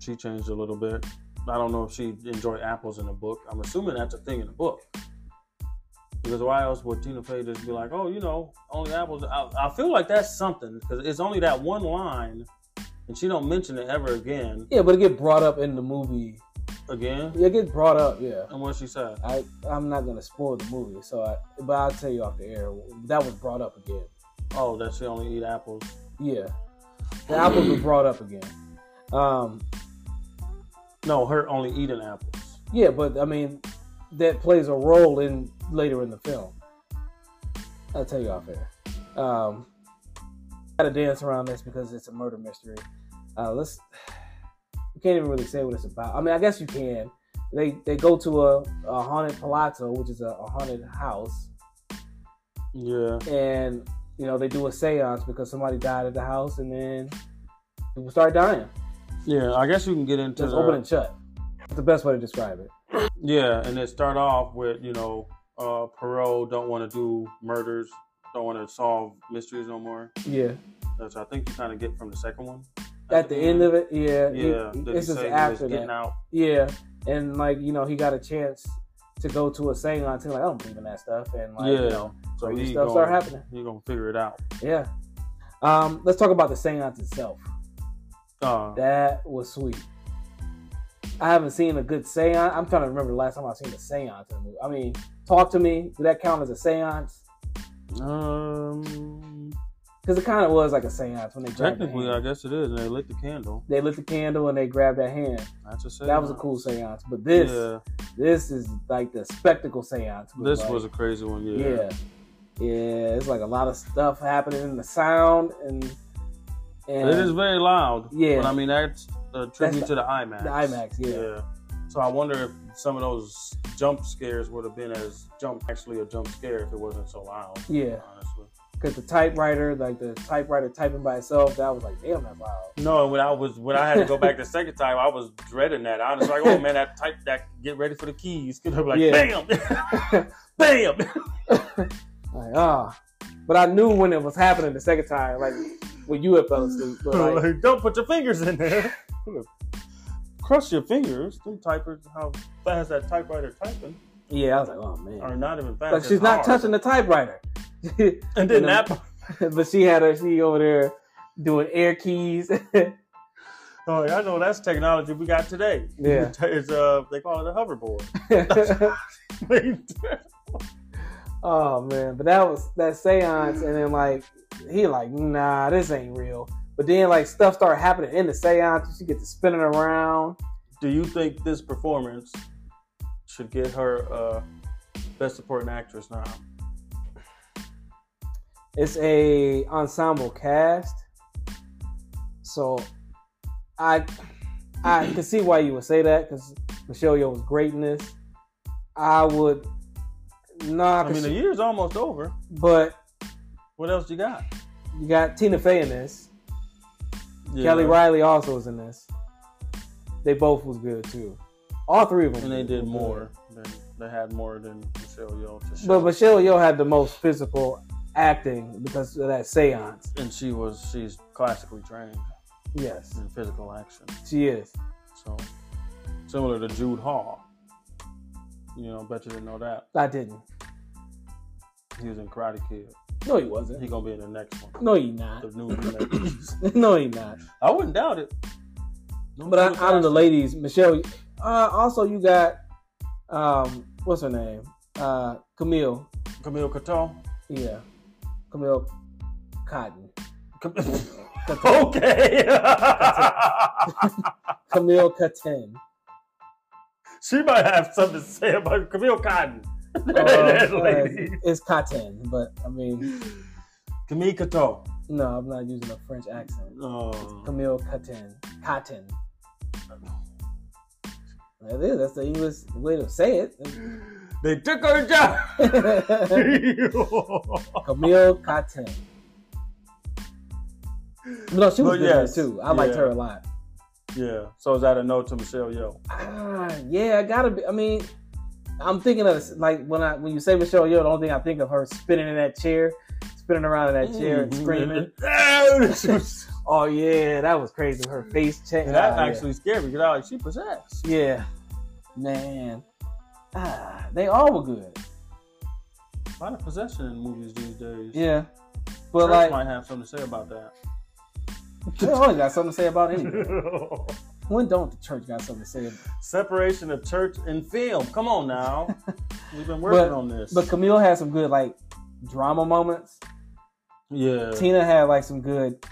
Speaker 2: she changed a little bit. I don't know if she enjoyed apples in the book. I'm assuming that's a thing in the book. Because why else would Tina Fey just be like, oh, you know, only apples? I, I feel like that's something because it's only that one line, and she don't mention it ever again.
Speaker 1: Yeah, but it get brought up in the movie.
Speaker 2: Again?
Speaker 1: It gets brought up, yeah.
Speaker 2: And what she said?
Speaker 1: I I'm not gonna spoil the movie, so I, but I'll tell you off the air. That was brought up again.
Speaker 2: Oh, that she only eat apples.
Speaker 1: Yeah. The apples were brought up again. Um,
Speaker 2: No, her only eating apples.
Speaker 1: yeah, but I mean, that plays a role in later in the film. I'll tell you off air. Um, gotta dance around this because it's a murder mystery. Uh, let's. You can't even really say what it's about. I mean, I guess you can. They they go to a, a haunted palazzo, which is a, a haunted house,
Speaker 2: Yeah.
Speaker 1: and you know they do a seance because somebody died at the house, and then people start dying.
Speaker 2: Yeah, I guess you can get into
Speaker 1: Just
Speaker 2: the,
Speaker 1: open and shut. That's the best way to describe it.
Speaker 2: Yeah, and it start off with you know uh, Perot don't want to do murders, don't want to solve mysteries no more.
Speaker 1: Yeah.
Speaker 2: That's I think you kind of get from the second one.
Speaker 1: At the end of it, yeah. he-
Speaker 2: yeah, did he
Speaker 1: this is
Speaker 2: say he was
Speaker 1: after
Speaker 2: getting
Speaker 1: that.
Speaker 2: out.
Speaker 1: Yeah. And like, you know, he got a chance to go to a seance. He's like, I don't believe in that stuff. And like, you
Speaker 2: Yeah.
Speaker 1: know,
Speaker 2: So
Speaker 1: crazy
Speaker 2: he
Speaker 1: stuff
Speaker 2: gonna,
Speaker 1: start happening.
Speaker 2: He gonna figure it out.
Speaker 1: Yeah. Um, let's talk about the seance itself.
Speaker 2: Uh,
Speaker 1: That was sweet. I haven't seen a good seance. I'm trying to remember the last time I've seen a seance in a movie. I mean, talk to me. Did that count as a seance?
Speaker 2: um,
Speaker 1: Because it kind of was like a seance when they grabbed the
Speaker 2: technically, I
Speaker 1: hand.
Speaker 2: guess it is. And they lit the candle.
Speaker 1: they lit the candle and they grabbed that hand.
Speaker 2: That's a say.
Speaker 1: That was a cool seance. But this,
Speaker 2: Yeah,
Speaker 1: this is like the spectacle seance. with,
Speaker 2: this
Speaker 1: like,
Speaker 2: was a crazy one. Yeah.
Speaker 1: yeah, yeah. It's like a lot of stuff happening in the sound and and
Speaker 2: It is very loud.
Speaker 1: Yeah.
Speaker 2: But I mean, that's a tribute
Speaker 1: That's
Speaker 2: to the IMAX.
Speaker 1: the IMAX. Yeah.
Speaker 2: So I wonder if some of those jump scares would have been as jump actually a jump scare if it wasn't so loud.
Speaker 1: Yeah,
Speaker 2: Honestly.
Speaker 1: because the typewriter, like the typewriter typing by itself, that was like, damn, that's loud.
Speaker 2: No, when I was when I had to go back the second time, I was dreading that. I was like, oh man, that type that get ready for the keys. Cause I'm like,
Speaker 1: Yeah.
Speaker 2: bam, bam.
Speaker 1: Like, ah. But I knew when it was happening the second time, like when you had fell asleep. But like,
Speaker 2: Like, don't put your fingers in there. Crush your fingers. Them typers, how fast that typewriter typing,
Speaker 1: yeah, I was like, oh man.
Speaker 2: are not even fast.
Speaker 1: Like
Speaker 2: it's
Speaker 1: she's not
Speaker 2: hard.
Speaker 1: touching the typewriter.
Speaker 2: And then
Speaker 1: And
Speaker 2: that,
Speaker 1: but she had her she over there doing air keys.
Speaker 2: oh, I know that's technology we got today.
Speaker 1: Yeah.
Speaker 2: it's uh, they call it a hoverboard.
Speaker 1: Oh man, but that was that seance, and then like he like nah, this ain't real. But then like stuff started happening in the seance. She gets to spinning around.
Speaker 2: Do you think this performance should get her uh, best supporting actress now?
Speaker 1: It's a ensemble cast, so I I can see why you would say that because Michelle Yeoh was great in this. I would nah,
Speaker 2: I mean, the year's almost over.
Speaker 1: but
Speaker 2: What else you got?
Speaker 1: you got Tina Fey in this.
Speaker 2: Yeah.
Speaker 1: Kelly Riley also was in this. They both was good too. All three of them.
Speaker 2: and they
Speaker 1: was
Speaker 2: did
Speaker 1: good.
Speaker 2: more. Than, they had more than Michelle Yeoh to show.
Speaker 1: But Michelle Yeoh had the most physical acting because of that seance.
Speaker 2: and she was she's classically trained
Speaker 1: Yes,
Speaker 2: in physical action,
Speaker 1: she is.
Speaker 2: so similar to Jude Law. You know, bet you didn't know that
Speaker 1: I didn't.
Speaker 2: he was in Karate Kid.
Speaker 1: No, he
Speaker 2: He
Speaker 1: wasn't.
Speaker 2: gonna be in the next one.
Speaker 1: No, he not.
Speaker 2: The new remake.
Speaker 1: no, he not.
Speaker 2: I wouldn't doubt it.
Speaker 1: But
Speaker 2: Don't put
Speaker 1: out
Speaker 2: it
Speaker 1: out of
Speaker 2: past
Speaker 1: the
Speaker 2: it.
Speaker 1: ladies, Michelle. Uh, also, you got um, what's her name? Uh, Camille.
Speaker 2: Camille Coteau.
Speaker 1: Yeah, Camille Cotton.
Speaker 2: Cam- okay.
Speaker 1: Camille Um, Cotton.
Speaker 2: she might have something to say about Camille Cotton. that
Speaker 1: Uh,
Speaker 2: lady.
Speaker 1: it's Cotton, but I mean.
Speaker 2: Camille Coteau.
Speaker 1: No, I'm not using a French accent.
Speaker 2: Oh.
Speaker 1: Camille Cotton. Cotton. That is. That's the English way to say it.
Speaker 2: They took her job.
Speaker 1: Camille Cotton. No, she was
Speaker 2: But
Speaker 1: good in it,
Speaker 2: yes,
Speaker 1: too. I liked
Speaker 2: yeah.
Speaker 1: her a lot.
Speaker 2: yeah. So is that a no to Michelle Yeoh?
Speaker 1: Ah, yeah, I gotta be. I mean, I'm thinking of like when I when you say Michelle Yeoh, the only thing I think of her spinning in that chair, spinning around in that chair
Speaker 2: Mm-hmm.
Speaker 1: and screaming.
Speaker 2: that
Speaker 1: Oh yeah, that was crazy. Her face change. Ah, yeah.
Speaker 2: actually scary because I was like she possessed.
Speaker 1: Yeah. Man. Ah, they all were good.
Speaker 2: A lot of possession in movies these days.
Speaker 1: Yeah.
Speaker 2: Church
Speaker 1: But like
Speaker 2: might have something to say about that.
Speaker 1: they always got something to say about anything. when don't the church got something to say about
Speaker 2: Separation of church and film. Come on now. We've been working on this.
Speaker 1: But Camille had some good like drama moments.
Speaker 2: yeah.
Speaker 1: Tina had like some good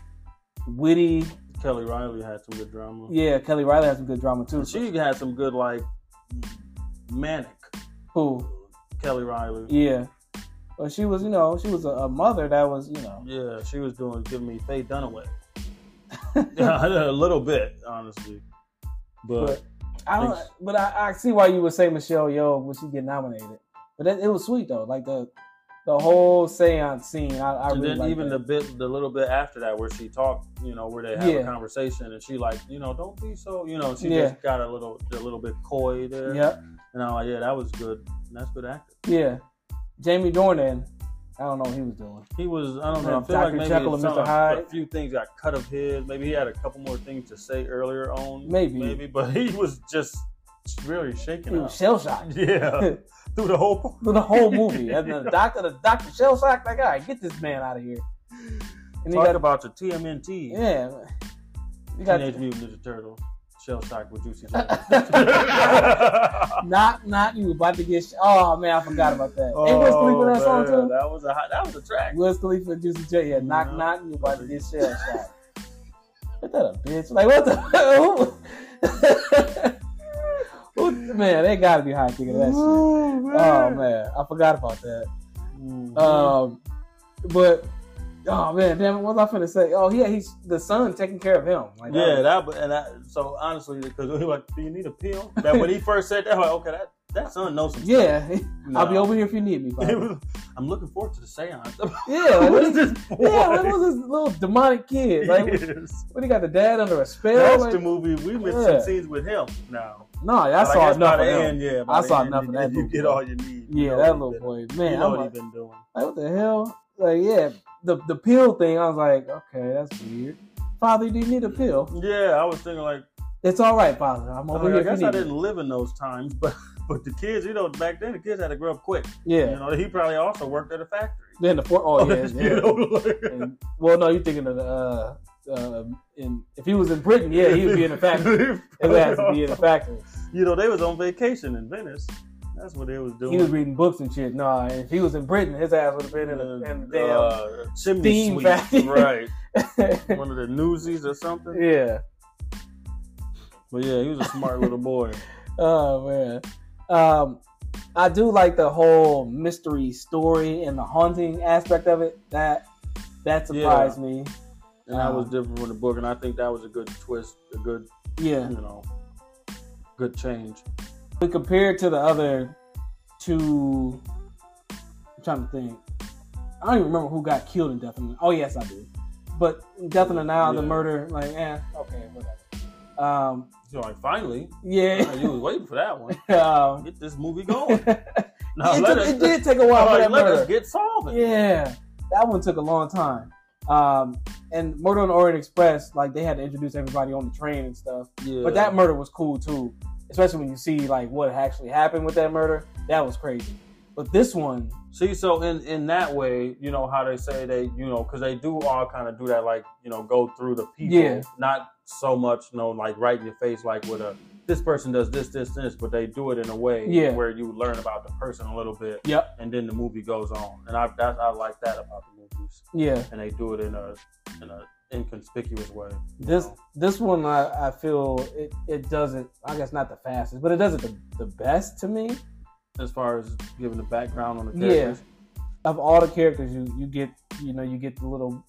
Speaker 1: witty
Speaker 2: Kelly Riley had some good drama.
Speaker 1: yeah, Kelly Riley had some good drama too.
Speaker 2: And she had some good like manic
Speaker 1: Who?
Speaker 2: Kelly Riley.
Speaker 1: Yeah. But she was, you know, she was a, a mother that was, you know.
Speaker 2: Yeah, she was doing giving me Faye Dunaway. Yeah, a little bit, honestly. But,
Speaker 1: But I don't
Speaker 2: Thanks.
Speaker 1: but I, I see why you would say Michelle Yeoh when she get nominated. But it, it was sweet though. Like the the whole seance scene, I, I
Speaker 2: and
Speaker 1: really
Speaker 2: then
Speaker 1: liked
Speaker 2: even
Speaker 1: that.
Speaker 2: the bit the little bit after that where she talked, you know, where they have
Speaker 1: Yeah.
Speaker 2: a conversation and she like, you know, don't be so you know, she
Speaker 1: Yeah.
Speaker 2: just got a little a little bit coy there.
Speaker 1: Yep.
Speaker 2: And I'm like, yeah, that was good. That's good acting.
Speaker 1: Yeah. Jamie Dornan, I don't know what he was doing.
Speaker 2: He was, I don't
Speaker 1: Yeah,
Speaker 2: know. I feel
Speaker 1: Dr.
Speaker 2: like maybe
Speaker 1: Jekyll and
Speaker 2: some-
Speaker 1: Mr. Hyde.
Speaker 2: a few things got cut of his. Maybe he had a couple more things to say earlier on.
Speaker 1: Maybe.
Speaker 2: maybe, but he was just really shaken
Speaker 1: He
Speaker 2: up.
Speaker 1: was shell shocked
Speaker 2: yeah, through the whole. part.
Speaker 1: through the whole movie. And the doctor, the doctor shell shocked. Like, all right, get this man out of here. And he
Speaker 2: Talk
Speaker 1: got,
Speaker 2: about your TMNT,
Speaker 1: yeah. You got
Speaker 2: Teenage Mutant Ninja Turtle, Shell Shock with Juicy J.
Speaker 1: not not you about to get. Sh- oh man, I forgot about that. Ain't Wiz Khalifa in that song
Speaker 2: Oh, man,
Speaker 1: too?
Speaker 2: That was a hot, that was a track.
Speaker 1: Wiz Khalifa and Juicy J. Yeah, knock
Speaker 2: No.
Speaker 1: knock you about to get shell shot. Is that a bitch? Like what the? Who? Who- man, they gotta be high thinking of that shit. Oh man, I forgot about that.
Speaker 2: man.
Speaker 1: Um, but oh man, damn, what was I finna say? Oh yeah, he's the son taking care of him. Like,
Speaker 2: yeah, that but- and I, so honestly, because we were like, do you need a pill? That when he first said that, I'm like, okay, that that son knows some.
Speaker 1: yeah. I'll be
Speaker 2: No.
Speaker 1: over here if you need me. Father.
Speaker 2: It was- I'm looking forward to the seance.
Speaker 1: yeah, like,
Speaker 2: what
Speaker 1: what
Speaker 2: is
Speaker 1: he-
Speaker 2: this boy?
Speaker 1: yeah, what was this little demonic kid? Like,
Speaker 2: Yes.
Speaker 1: what he got the dad under a spell?
Speaker 2: That's
Speaker 1: like,
Speaker 2: the movie. We missed
Speaker 1: Yeah.
Speaker 2: some scenes with him. No,
Speaker 1: no, I
Speaker 2: But
Speaker 1: saw
Speaker 2: guess
Speaker 1: enough
Speaker 2: by
Speaker 1: of
Speaker 2: the
Speaker 1: him.
Speaker 2: end, yeah, by
Speaker 1: I
Speaker 2: the
Speaker 1: saw
Speaker 2: end,
Speaker 1: enough
Speaker 2: you,
Speaker 1: of that
Speaker 2: You
Speaker 1: movie.
Speaker 2: get all you need. You
Speaker 1: yeah,
Speaker 2: know
Speaker 1: that
Speaker 2: what
Speaker 1: little
Speaker 2: he's
Speaker 1: boy,
Speaker 2: been-
Speaker 1: man.
Speaker 2: You know
Speaker 1: I'm
Speaker 2: what
Speaker 1: like,
Speaker 2: he's been doing.
Speaker 1: like, what the hell? Like, yeah, the the pill thing. I was like, okay, that's weird. Father, do you need a pill?
Speaker 2: Yeah, I was thinking like,
Speaker 1: It's all right, Father. I'm over
Speaker 2: I, mean, I
Speaker 1: here. if
Speaker 2: guess
Speaker 1: you
Speaker 2: I
Speaker 1: need me.
Speaker 2: didn't live in those times, but but the kids, you know, back then the kids had to grow up quick.
Speaker 1: Yeah.
Speaker 2: You know, he probably also worked at a factory.
Speaker 1: Then the four oh yeah,
Speaker 2: You
Speaker 1: yeah.
Speaker 2: know, like-
Speaker 1: And- well, no, you're thinking of the. Uh, uh, in, if he was in Britain, yeah, he would be in a factory. He would have to be in a factory.
Speaker 2: You know, they was on vacation in Venice. That's what they was doing.
Speaker 1: He was reading books and shit. Nah, if he was in Britain, his ass would have been in a in the damn.
Speaker 2: uh, chimney
Speaker 1: steam
Speaker 2: sweep,
Speaker 1: factory.
Speaker 2: right? One of the newsies or something.
Speaker 1: yeah.
Speaker 2: But yeah, he was a smart little boy.
Speaker 1: Oh man. Um, I do like the whole mystery story and the haunting aspect of it. That that surprised me.
Speaker 2: And that was different from the book, and I think that was a good twist, a good,
Speaker 1: Yeah.
Speaker 2: you know, good change.
Speaker 1: We compared to the other two. I'm trying to think. I don't even remember who got killed in Death on the Oh yes, I do. But Death on the Nile, the
Speaker 2: Yeah.
Speaker 1: murder, like, eh, okay, whatever. Um,
Speaker 2: So like, finally,
Speaker 1: yeah.
Speaker 2: you was waiting for that one.
Speaker 1: um,
Speaker 2: Get this movie going. Now
Speaker 1: it,
Speaker 2: let
Speaker 1: took,
Speaker 2: us-
Speaker 1: it did take a while for
Speaker 2: like,
Speaker 1: that
Speaker 2: let
Speaker 1: murder.
Speaker 2: us get solving.
Speaker 1: Yeah, that one took a long time. Um, and Murder on the Orient Express, like they had to introduce everybody on the train and stuff.
Speaker 2: Yeah.
Speaker 1: But that murder was cool too, especially when you see like what actually happened with that murder. That was crazy. But this one,
Speaker 2: See, so in in that way, you know how they say they, you know, because they do all kind of do that, like you know, go through the people,
Speaker 1: Yeah.
Speaker 2: not so much, you know, like right in your face, like with a this person does this, this, this, but they do it in a way
Speaker 1: Yeah.
Speaker 2: where you learn about the person a little bit,
Speaker 1: Yep.
Speaker 2: and then the movie goes on, and I that's I like that about the movies,
Speaker 1: yeah,
Speaker 2: and they do it in a in a inconspicuous way. you
Speaker 1: this
Speaker 2: know?
Speaker 1: this one I, I feel it, it does it. I guess not the fastest, but it does it the, the best to me.
Speaker 2: as far as giving the background on the
Speaker 1: Yeah.
Speaker 2: characters,
Speaker 1: Of all the characters, you you get you know you get the little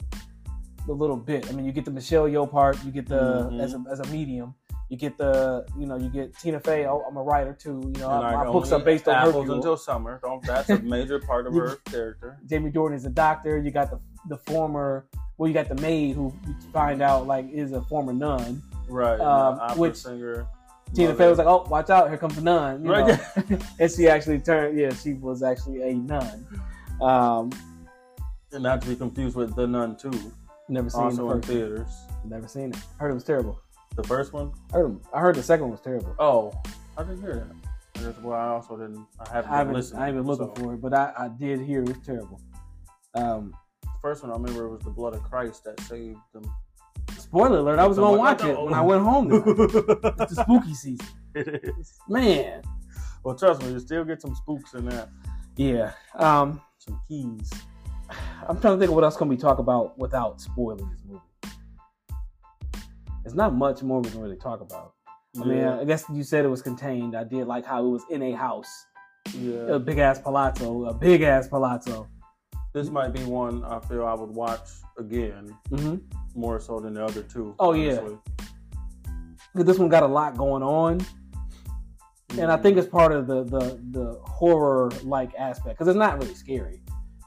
Speaker 1: the little bit. I mean, you get the Michelle Yeoh part. You get the
Speaker 2: Mhm.
Speaker 1: as, a, as a medium. You get the you know you get Tina Fey. Oh, I'm a writer too. You know
Speaker 2: And
Speaker 1: Uh, my
Speaker 2: like
Speaker 1: books are
Speaker 2: only
Speaker 1: based on her.
Speaker 2: apples
Speaker 1: view.
Speaker 2: until summer. Don't, that's a major part of her character.
Speaker 1: Jamie Jordan is a doctor. You got the the former. Well, you got the maid who you find out like is a former nun.
Speaker 2: Right.
Speaker 1: Um,
Speaker 2: yeah, opera
Speaker 1: which-
Speaker 2: singer.
Speaker 1: Tina Fey was like, "Oh, watch out! Here comes a nun." you
Speaker 2: Right.
Speaker 1: know. and she actually turned. Yeah, she was actually a nun. Um,
Speaker 2: and not to be confused with The Nun 2,
Speaker 1: never seen
Speaker 2: also
Speaker 1: the
Speaker 2: in
Speaker 1: first. one.
Speaker 2: theaters.
Speaker 1: Never seen it. Heard it was terrible.
Speaker 2: The first one?
Speaker 1: Heard him. I heard the second one was terrible.
Speaker 2: Oh, I didn't hear that. I guess, well, I also didn't. I haven't,
Speaker 1: I haven't.
Speaker 2: listened.
Speaker 1: I ain't been looking
Speaker 2: so.
Speaker 1: for it, but I, I did hear it was terrible. Um,
Speaker 2: The first one I remember was the blood of Christ that saved them.
Speaker 1: Spoiler alert, I was gonna watch it when I went home. tonight. It's the spooky season.
Speaker 2: it is.
Speaker 1: Man.
Speaker 2: Well, trust me, you still get some spooks in that.
Speaker 1: Yeah. Um,
Speaker 2: Some keys.
Speaker 1: I'm trying to think of what else can we talk about without spoiling this movie. It's not much more we can really talk about. I mean, I guess you said it was contained. I did like how it was in a house,
Speaker 2: yeah.
Speaker 1: a big ass palazzo, a big ass palazzo.
Speaker 2: This might be one I feel I would watch again
Speaker 1: Mm-hmm.
Speaker 2: more so than the other two.
Speaker 1: Oh, yeah. This one got a lot going on. and I think it's part of the the the horror like aspect because it's not really scary,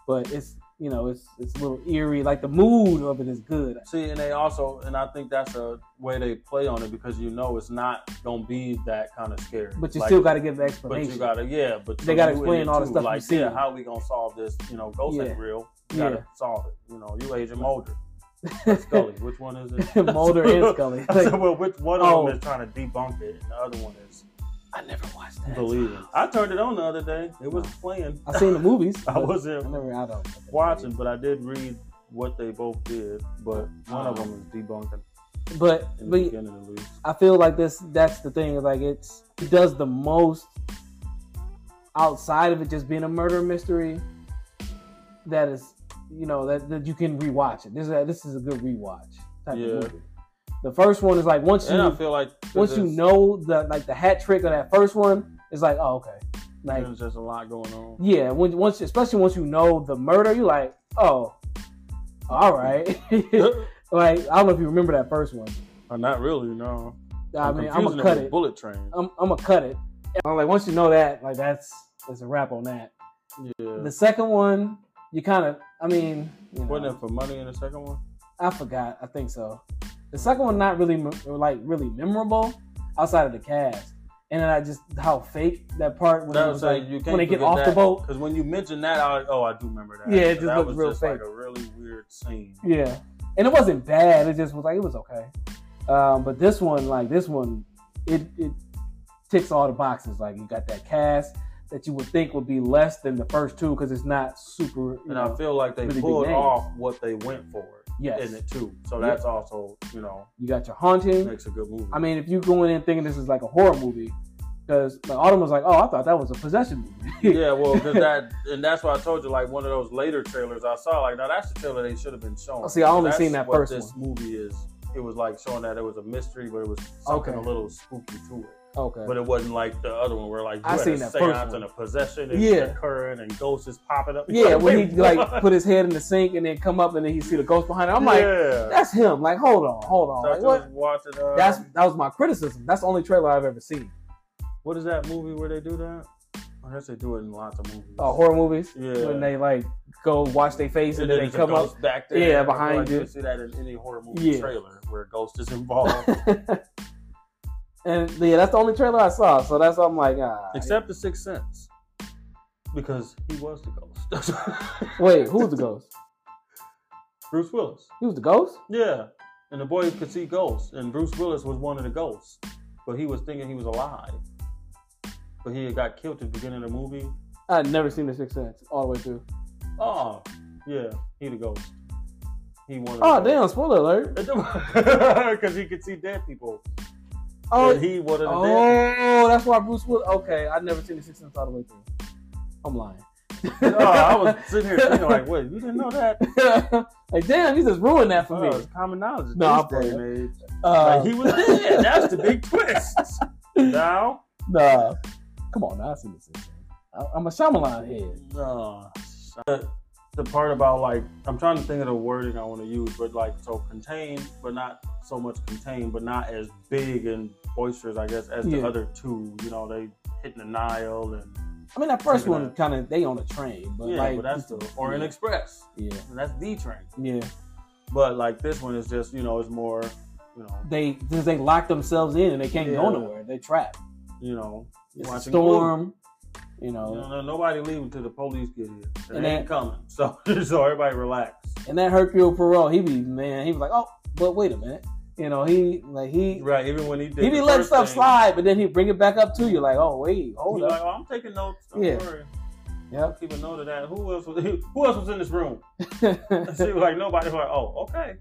Speaker 1: but it's you know, it's it's a little eerie. Like the mood of it is good.
Speaker 2: See, and they also, and I think that's a way they play on it because you know it's not gonna be that kind of scary.
Speaker 1: But you
Speaker 2: Like,
Speaker 1: still got to give the
Speaker 2: But
Speaker 1: explanation.
Speaker 2: you gotta, yeah. But
Speaker 1: They
Speaker 2: you
Speaker 1: gotta
Speaker 2: in
Speaker 1: explain
Speaker 2: it
Speaker 1: all the
Speaker 2: too,
Speaker 1: stuff you
Speaker 2: Like,
Speaker 1: see.
Speaker 2: yeah, how we gonna solve this? You know, Ghost ain't real. You
Speaker 1: Yeah.
Speaker 2: gotta solve it. You know, you Agent Mulder, Scully. Which one is it?
Speaker 1: Mulder and Scully.
Speaker 2: I said, well, which one of
Speaker 1: Oh.
Speaker 2: them is trying to debunk it, and the other one is
Speaker 1: I never watched that.
Speaker 2: believing. I turned it on the other day. It was playing.
Speaker 1: I seen the movies.
Speaker 2: I
Speaker 1: but
Speaker 2: wasn't
Speaker 1: I never. I don't.
Speaker 2: watching, but I did read what they both did. But one of
Speaker 1: Oh.
Speaker 2: them is debunking
Speaker 1: But
Speaker 2: in the
Speaker 1: but
Speaker 2: beginning at least.
Speaker 1: I feel like this. That's the thing. Like it's it does the most outside of it just being a murder mystery. That is, you know, that, that you can rewatch it. This is a, this is a good rewatch type
Speaker 2: Yeah.
Speaker 1: of movie. The first one is like once you
Speaker 2: And I feel like
Speaker 1: once you
Speaker 2: it's-
Speaker 1: know the like the hat trick of that first one, it's like oh okay, like
Speaker 2: there's just a lot going on.
Speaker 1: yeah. When, once especially once you know the murder, you like oh, all right. like I don't know if you remember that first one.
Speaker 2: Uh, not really, no.
Speaker 1: I
Speaker 2: I'm
Speaker 1: mean, I'm gonna
Speaker 2: confusing it
Speaker 1: cut
Speaker 2: with
Speaker 1: it. Oh,
Speaker 2: Bullet Train.
Speaker 1: I'm, I'm gonna cut it. I'm like once you know that, like that's it's a wrap on that.
Speaker 2: yeah.
Speaker 1: The second one, you kind of, I mean, you know,
Speaker 2: Wasn't it for money in the second one?
Speaker 1: I forgot. I think so. The second one not really mem- or, like really memorable outside of the cast, and then I just how fake that part when, it
Speaker 2: That
Speaker 1: was,
Speaker 2: was
Speaker 1: like,
Speaker 2: like, you can't
Speaker 1: when they get
Speaker 2: forget
Speaker 1: off the
Speaker 2: that.
Speaker 1: boat.
Speaker 2: Because when you mentioned that, I oh I do remember that.
Speaker 1: Yeah, it just
Speaker 2: that
Speaker 1: looked
Speaker 2: was
Speaker 1: real
Speaker 2: just like
Speaker 1: fake.
Speaker 2: a really weird scene.
Speaker 1: Yeah, and it wasn't bad. It just was like it was okay. Um, but this one, like this one, it it ticks all the boxes. Like you got that cast that you would think would be less than the first two because it's not super. You
Speaker 2: And
Speaker 1: know,
Speaker 2: I feel like they
Speaker 1: really big
Speaker 2: pulled
Speaker 1: names.
Speaker 2: off what they went for
Speaker 1: yes,
Speaker 2: in it too. So
Speaker 1: Yeah.
Speaker 2: that's also you know
Speaker 1: you got your haunting.
Speaker 2: makes a good movie.
Speaker 1: I mean, if you going in thinking this is like a horror movie, because like, Autumn was like, "Oh, I thought that was a possession movie."
Speaker 2: yeah, well, because that and that's why I told you like one of those later trailers I saw. Like now that's the trailer they should have been showing.
Speaker 1: Oh, See, I only
Speaker 2: That's
Speaker 1: seen that
Speaker 2: what
Speaker 1: first
Speaker 2: This movie is it was like showing that it was a mystery, but it was
Speaker 1: Okay.
Speaker 2: something a little spooky to it.
Speaker 1: okay.
Speaker 2: But uh, it wasn't like the other one where like you
Speaker 1: I
Speaker 2: had
Speaker 1: seen
Speaker 2: a
Speaker 1: that
Speaker 2: seance
Speaker 1: first one.
Speaker 2: and a possession is
Speaker 1: Yeah.
Speaker 2: occurring and ghosts is popping up.
Speaker 1: yeah, when he
Speaker 2: "Wait,
Speaker 1: like
Speaker 2: what?"
Speaker 1: put his head in the sink and then come up and then he see the ghost behind him. I'm like,
Speaker 2: yeah.
Speaker 1: that's him. Like, hold on, hold on.
Speaker 2: So I
Speaker 1: Like, what?
Speaker 2: just watched it, uh,
Speaker 1: That's that was my criticism. That's the only trailer I've ever seen.
Speaker 2: what is that movie where they do that? I guess they do it in lots of movies.
Speaker 1: Uh, horror movies
Speaker 2: Yeah.
Speaker 1: when they like go wash their face and,
Speaker 2: And
Speaker 1: then
Speaker 2: then
Speaker 1: they
Speaker 2: it's
Speaker 1: come
Speaker 2: a
Speaker 1: up.
Speaker 2: ghost back there.
Speaker 1: Yeah,
Speaker 2: I feel
Speaker 1: behind
Speaker 2: like
Speaker 1: it.
Speaker 2: you. can see that in any horror movie
Speaker 1: Yeah.
Speaker 2: trailer where a ghost is involved.
Speaker 1: and yeah, that's the only trailer I saw. So that's why I'm like, ah.
Speaker 2: Except the Sixth Sense. Because he was the ghost.
Speaker 1: wait, who was the ghost?
Speaker 2: Bruce Willis.
Speaker 1: He was the ghost.
Speaker 2: Yeah. And the boy could see ghosts. And Bruce Willis was one of the ghosts. But he was thinking he was alive. But he had got killed at the beginning of the movie.
Speaker 1: I'd never seen The Sixth Sense all the way through.
Speaker 2: Oh, yeah. He the ghost. He wanted
Speaker 1: Oh damn! Spoiler alert.
Speaker 2: Because he could see dead people.
Speaker 1: Oh,
Speaker 2: and he wanted the dead
Speaker 1: oh, that's why Bruce Willis. Okay, I'd never seen The Sixth Sense all the way through. I'm lying.
Speaker 2: people. oh, I was sitting here thinking like, wait, you didn't know that?
Speaker 1: like, damn, you just ruined that for
Speaker 2: Oh,
Speaker 1: me.
Speaker 2: it's common knowledge.
Speaker 1: No,
Speaker 2: No,
Speaker 1: I'm
Speaker 2: this day and age.
Speaker 1: Uh,
Speaker 2: Like, he was dead. That's the big twist. Now,
Speaker 1: Nah. Come on, now I see this. I- I'm a Shyamalan head.
Speaker 2: Uh, the, the part about like I'm trying to think of the wording I want to use, but like so contained, but not so much contained, but not as big and boisterous, I guess, as
Speaker 1: Yeah.
Speaker 2: the other two. You know, they hitting the Nile and
Speaker 1: I mean, that first
Speaker 2: Check it
Speaker 1: one
Speaker 2: out.
Speaker 1: kind of they on a train, but
Speaker 2: yeah,
Speaker 1: like
Speaker 2: but that's the Orient
Speaker 1: yeah.
Speaker 2: Express.
Speaker 1: yeah,
Speaker 2: And that's the train.
Speaker 1: yeah.
Speaker 2: But like this one is just you know it's more you know
Speaker 1: They because they lock themselves in and they can't go
Speaker 2: Yeah.
Speaker 1: nowhere. They trapped.
Speaker 2: you know
Speaker 1: It's a
Speaker 2: watching Clue.
Speaker 1: storm. You
Speaker 2: You
Speaker 1: know,
Speaker 2: know, no- nobody leaving till the police get here. They
Speaker 1: And that-
Speaker 2: ain't coming. So so everybody relax.
Speaker 1: and that Hercule Poirot, he be man, he was like, oh, but wait a minute. You know, he like he
Speaker 2: Right, even when he did
Speaker 1: he be
Speaker 2: the
Speaker 1: letting
Speaker 2: first
Speaker 1: stuff
Speaker 2: thing,
Speaker 1: slide, but then he bring it back up to you, like, oh wait, hold
Speaker 2: He's
Speaker 1: up.
Speaker 2: like, oh, I'm taking notes. Don't
Speaker 1: Yeah.
Speaker 2: worry.
Speaker 1: Yep.
Speaker 2: Keep a note of that. Who else was who else was in this room? And she was like, nobody. Like, oh, okay.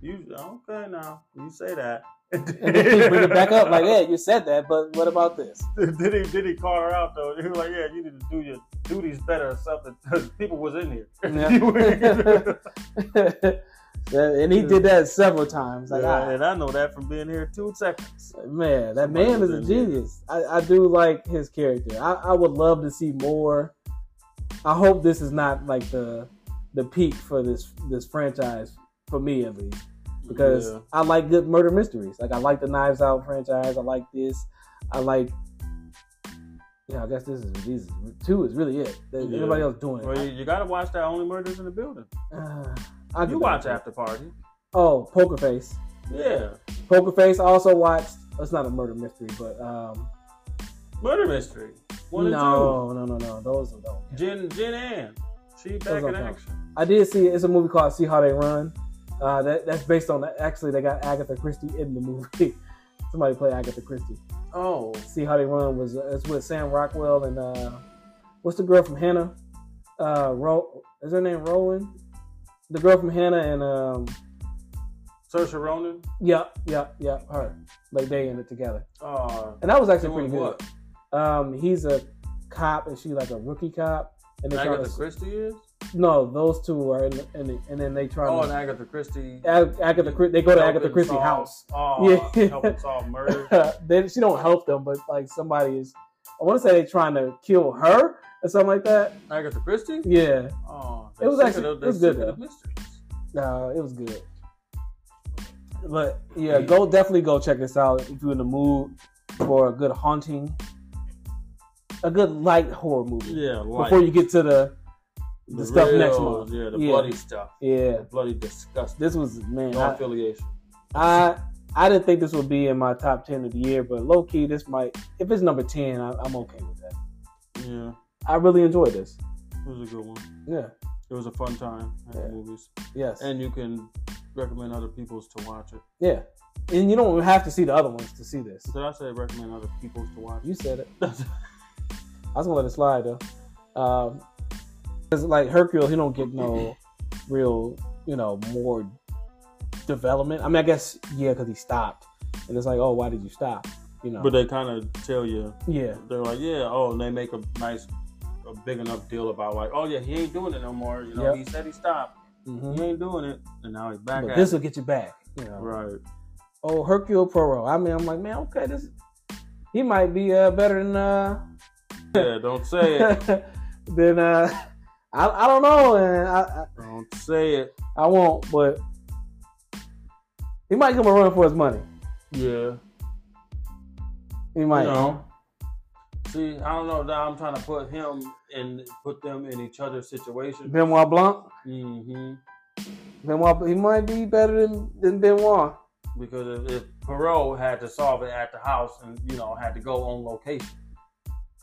Speaker 2: You okay now? You say that.
Speaker 1: and then he bring it back up, like, yeah, you said that, but what about this?
Speaker 2: did he did he call her out though? He was like, yeah, you need to do your duties better or something. 'cause people was in here.
Speaker 1: Yeah.
Speaker 2: yeah,
Speaker 1: and he did that several times. Like, ah,
Speaker 2: and I know that from being here two seconds.
Speaker 1: Man, that
Speaker 2: Somebody
Speaker 1: man is
Speaker 2: was
Speaker 1: a
Speaker 2: in there.
Speaker 1: genius. I, I do like his character. I, I would love to see more. I hope this is not like the the peak for this this franchise for me at least because
Speaker 2: Yeah.
Speaker 1: I like good murder mysteries. Like I like the Knives Out franchise. I like this. I like Yeah, I guess this is these two is really it. There-
Speaker 2: Yeah.
Speaker 1: Everybody else doing it.
Speaker 2: Well, you, you gotta watch that Only Murders in the Building.
Speaker 1: Uh, I
Speaker 2: You
Speaker 1: can-
Speaker 2: watch After Party.
Speaker 1: Oh, Poker Face.
Speaker 2: Yeah.
Speaker 1: Poker Face. I also watched. It's not a murder mystery, but um,
Speaker 2: Murder Mystery. One
Speaker 1: no, no, no, no. Those are those.
Speaker 2: and two. Jen, Jen Ann. She back
Speaker 1: Those
Speaker 2: in
Speaker 1: don't count.
Speaker 2: action.
Speaker 1: I did see it's a movie called See How They Run. Uh, that, that's based on actually they got Agatha Christie in the movie. Somebody play Agatha Christie.
Speaker 2: Oh.
Speaker 1: See How They Run was uh, it's with Sam Rockwell and uh, what's the girl from Hannah? Uh, Ro- is her name Rowan? The girl from Hannah and um,
Speaker 2: Saoirse Ronan.
Speaker 1: yeah, yeah, yeah, her. Like they ended together,
Speaker 2: Uh,
Speaker 1: and that was actually
Speaker 2: doing
Speaker 1: pretty good.
Speaker 2: what?
Speaker 1: Um, he's a cop and she's like a rookie cop, and they try
Speaker 2: Agatha
Speaker 1: to,
Speaker 2: Christie is?
Speaker 1: no, those two are in, the, in the, and then they try
Speaker 2: Oh, and
Speaker 1: to
Speaker 2: Agatha Christie.
Speaker 1: Ag- Agatha Christie. They go to
Speaker 2: helping
Speaker 1: Agatha Christie's
Speaker 2: solve-
Speaker 1: house.
Speaker 2: Oh,
Speaker 1: Yeah.
Speaker 2: helping solve murder.
Speaker 1: they, she don't help them, but like somebody is. I want to say they trying to kill her or something like that.
Speaker 2: Agatha Christie?
Speaker 1: Yeah,
Speaker 2: Oh,
Speaker 1: It was
Speaker 2: they're
Speaker 1: actually-
Speaker 2: sick of the-
Speaker 1: it was
Speaker 2: they're
Speaker 1: good,
Speaker 2: sick of
Speaker 1: though.
Speaker 2: the mysteries.
Speaker 1: nah, it was good. But yeah, go definitely go check this out if you're in the mood for a good haunting, a good light horror movie
Speaker 2: Yeah, like
Speaker 1: before you get to the the, stuff next
Speaker 2: real-
Speaker 1: month.
Speaker 2: Yeah, the
Speaker 1: Yeah.
Speaker 2: bloody stuff.
Speaker 1: Yeah,
Speaker 2: The bloody disgusting.
Speaker 1: this was man.
Speaker 2: no
Speaker 1: I,
Speaker 2: affiliation.
Speaker 1: I I didn't think this would be in my top ten of the year, but low key, this might. If it's number ten, I, I'm okay with that.
Speaker 2: Yeah,
Speaker 1: I really enjoyed this.
Speaker 2: it was a good one.
Speaker 1: Yeah.
Speaker 2: It was a fun time at
Speaker 1: Yeah.
Speaker 2: the movies,
Speaker 1: Yes.
Speaker 2: and you can recommend other people's to watch it.
Speaker 1: yeah. And you don't have to see the other ones to see this.
Speaker 2: Did I say recommend other people's to watch?
Speaker 1: You said it.
Speaker 2: it?
Speaker 1: I was gonna let it slide though. Um 'cause like Hercule, he don't get no real, you know, more development. I mean, I guess yeah, because he stopped, and it's like, oh, why did you stop? You know.
Speaker 2: but they kind of tell you.
Speaker 1: yeah.
Speaker 2: They're like, yeah, oh, and they make a nice, a big enough deal about like, oh yeah, he ain't doing it no more. You know,
Speaker 1: Yep.
Speaker 2: he said he stopped.
Speaker 1: hmm
Speaker 2: He ain't doing it, and now he's back
Speaker 1: But
Speaker 2: at
Speaker 1: this
Speaker 2: it.
Speaker 1: will get you back. You know.
Speaker 2: Right.
Speaker 1: Oh, Hercule Poirot. I mean, I'm like, man, okay, this he might be uh, better than uh
Speaker 2: Yeah. Don't say it.
Speaker 1: than uh I, I don't know, and I, I
Speaker 2: don't say it.
Speaker 1: I won't, but he might give him a run for his money.
Speaker 2: Yeah.
Speaker 1: He might.
Speaker 2: You know. See, I don't know. Now I'm trying to put him and put them in each other's situation.
Speaker 1: Benoit Blanc.
Speaker 2: hmm
Speaker 1: Benoit, he might be better than, than Benoit.
Speaker 2: Because if, if Perot had to solve it at the house and you know had to go on location,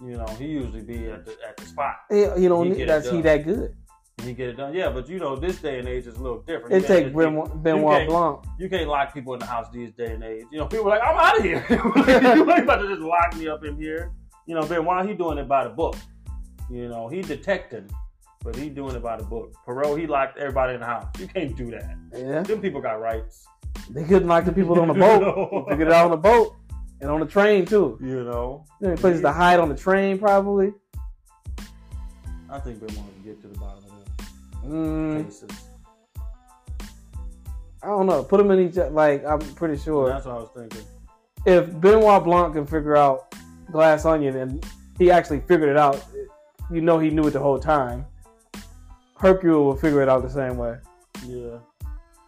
Speaker 2: you know he usually be at the at the spot
Speaker 1: He, he don't
Speaker 2: He
Speaker 1: need
Speaker 2: get it
Speaker 1: that's he
Speaker 2: done.
Speaker 1: that good.
Speaker 2: and he get it done. Yeah, but you know this day and age is a little different.
Speaker 1: It
Speaker 2: you
Speaker 1: take
Speaker 2: can't-
Speaker 1: Benoit,
Speaker 2: can't-
Speaker 1: Benoit Blanc.
Speaker 2: You can't lock people in the house these day and age. You know people are like I'm out of here. you ain't about to just lock me up in here. You know Ben, why he doing it by the book? You know he detecting, but he doing it by the book. Perot he locked everybody in the house. You can't do that.
Speaker 1: Yeah,
Speaker 2: Them people got rights.
Speaker 1: they couldn't like the people on the boat.
Speaker 2: No.
Speaker 1: They get out on the boat and on the train too.
Speaker 2: You know,
Speaker 1: You know, places to hide on the train probably.
Speaker 2: I think Ben wanted to get to the bottom of them
Speaker 1: Mm,
Speaker 2: cases.
Speaker 1: I don't know. Put them in each like I'm pretty sure.
Speaker 2: That's what I was thinking.
Speaker 1: if Benoit Blanc can figure out Glass Onion and he actually figured it out, you know he knew it the whole time. Hercule will figure it out the same way.
Speaker 2: Yeah.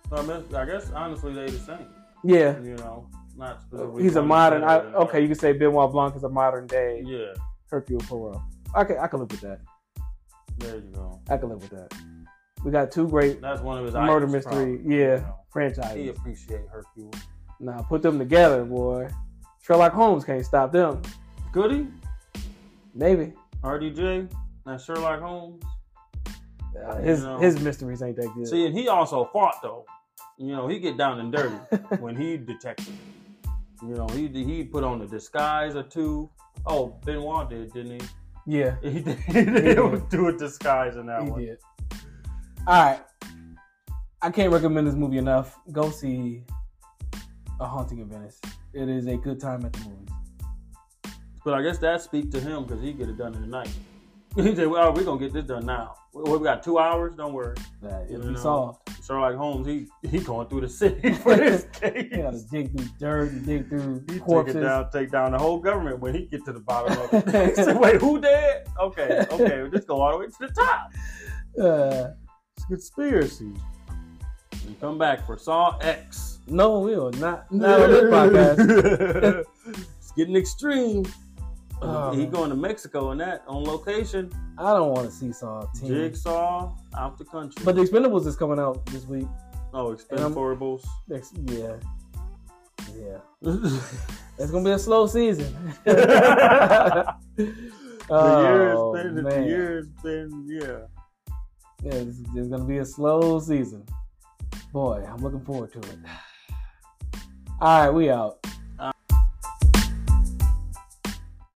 Speaker 2: So I, mean, I guess honestly they the same.
Speaker 1: Yeah,
Speaker 2: You know, not specifically
Speaker 1: he's a
Speaker 2: one
Speaker 1: modern. I,
Speaker 2: better than
Speaker 1: okay, you can say Benoit Blanc is a modern
Speaker 2: another.
Speaker 1: day
Speaker 2: Yeah.
Speaker 1: Hercule Poirot. I can I can live with that.
Speaker 2: There you go.
Speaker 1: I can live with that. We got two great
Speaker 2: That's one of his
Speaker 1: murder
Speaker 2: items,
Speaker 1: mystery, yeah,
Speaker 2: probably, you know. He
Speaker 1: franchises.
Speaker 2: appreciate Hercule.
Speaker 1: Now put them together, boy. Sherlock Holmes can't stop them.
Speaker 2: Goody,
Speaker 1: Maybe
Speaker 2: RDJ, now Sherlock Holmes.
Speaker 1: Uh, his
Speaker 2: No.
Speaker 1: his mysteries ain't that good.
Speaker 2: See, and he also fought though. You know, he get down and dirty when he detected. You know, he he put on a disguise or two. Oh, Benoit did, didn't he?
Speaker 1: yeah,
Speaker 2: He did, he did do a disguise in that
Speaker 1: He
Speaker 2: one.
Speaker 1: did. All right. I can't recommend this movie enough. Go see A Haunting of Venice. It is a good time at the movies.
Speaker 2: But I guess that speak to him because he get it done in the night. He said, "Well, we're gonna get this done now. We, we got two hours. Don't worry."
Speaker 1: That it'll
Speaker 2: You
Speaker 1: be
Speaker 2: know.
Speaker 1: solved.
Speaker 2: Sherlock Holmes, he he going through the city for his case.
Speaker 1: You gotta dig through dirt and dig through
Speaker 2: He take it
Speaker 1: corpses.
Speaker 2: down, take down the whole government when he get to the bottom of it. he said, "Wait, who dead? Okay, okay, we just go all the way to the top."
Speaker 1: Uh,
Speaker 2: It's a conspiracy. And come back for Saw X.
Speaker 1: no, we will not. Not on this podcast.
Speaker 2: it's getting extreme.
Speaker 1: Oh,
Speaker 2: he
Speaker 1: man.
Speaker 2: going to Mexico and that on location.
Speaker 1: I don't want to see Saw 10.
Speaker 2: Jigsaw out the country.
Speaker 1: But The Um, Expendables is coming out this week.
Speaker 2: oh, expendables.
Speaker 1: Next, yeah. Yeah. It's going to be a slow season.
Speaker 2: the
Speaker 1: Oh,
Speaker 2: year's been, the
Speaker 1: man.
Speaker 2: year's been, yeah.
Speaker 1: Yeah, it's, it's gonna be a slow season. Boy, I'm looking forward to it. All right, we out.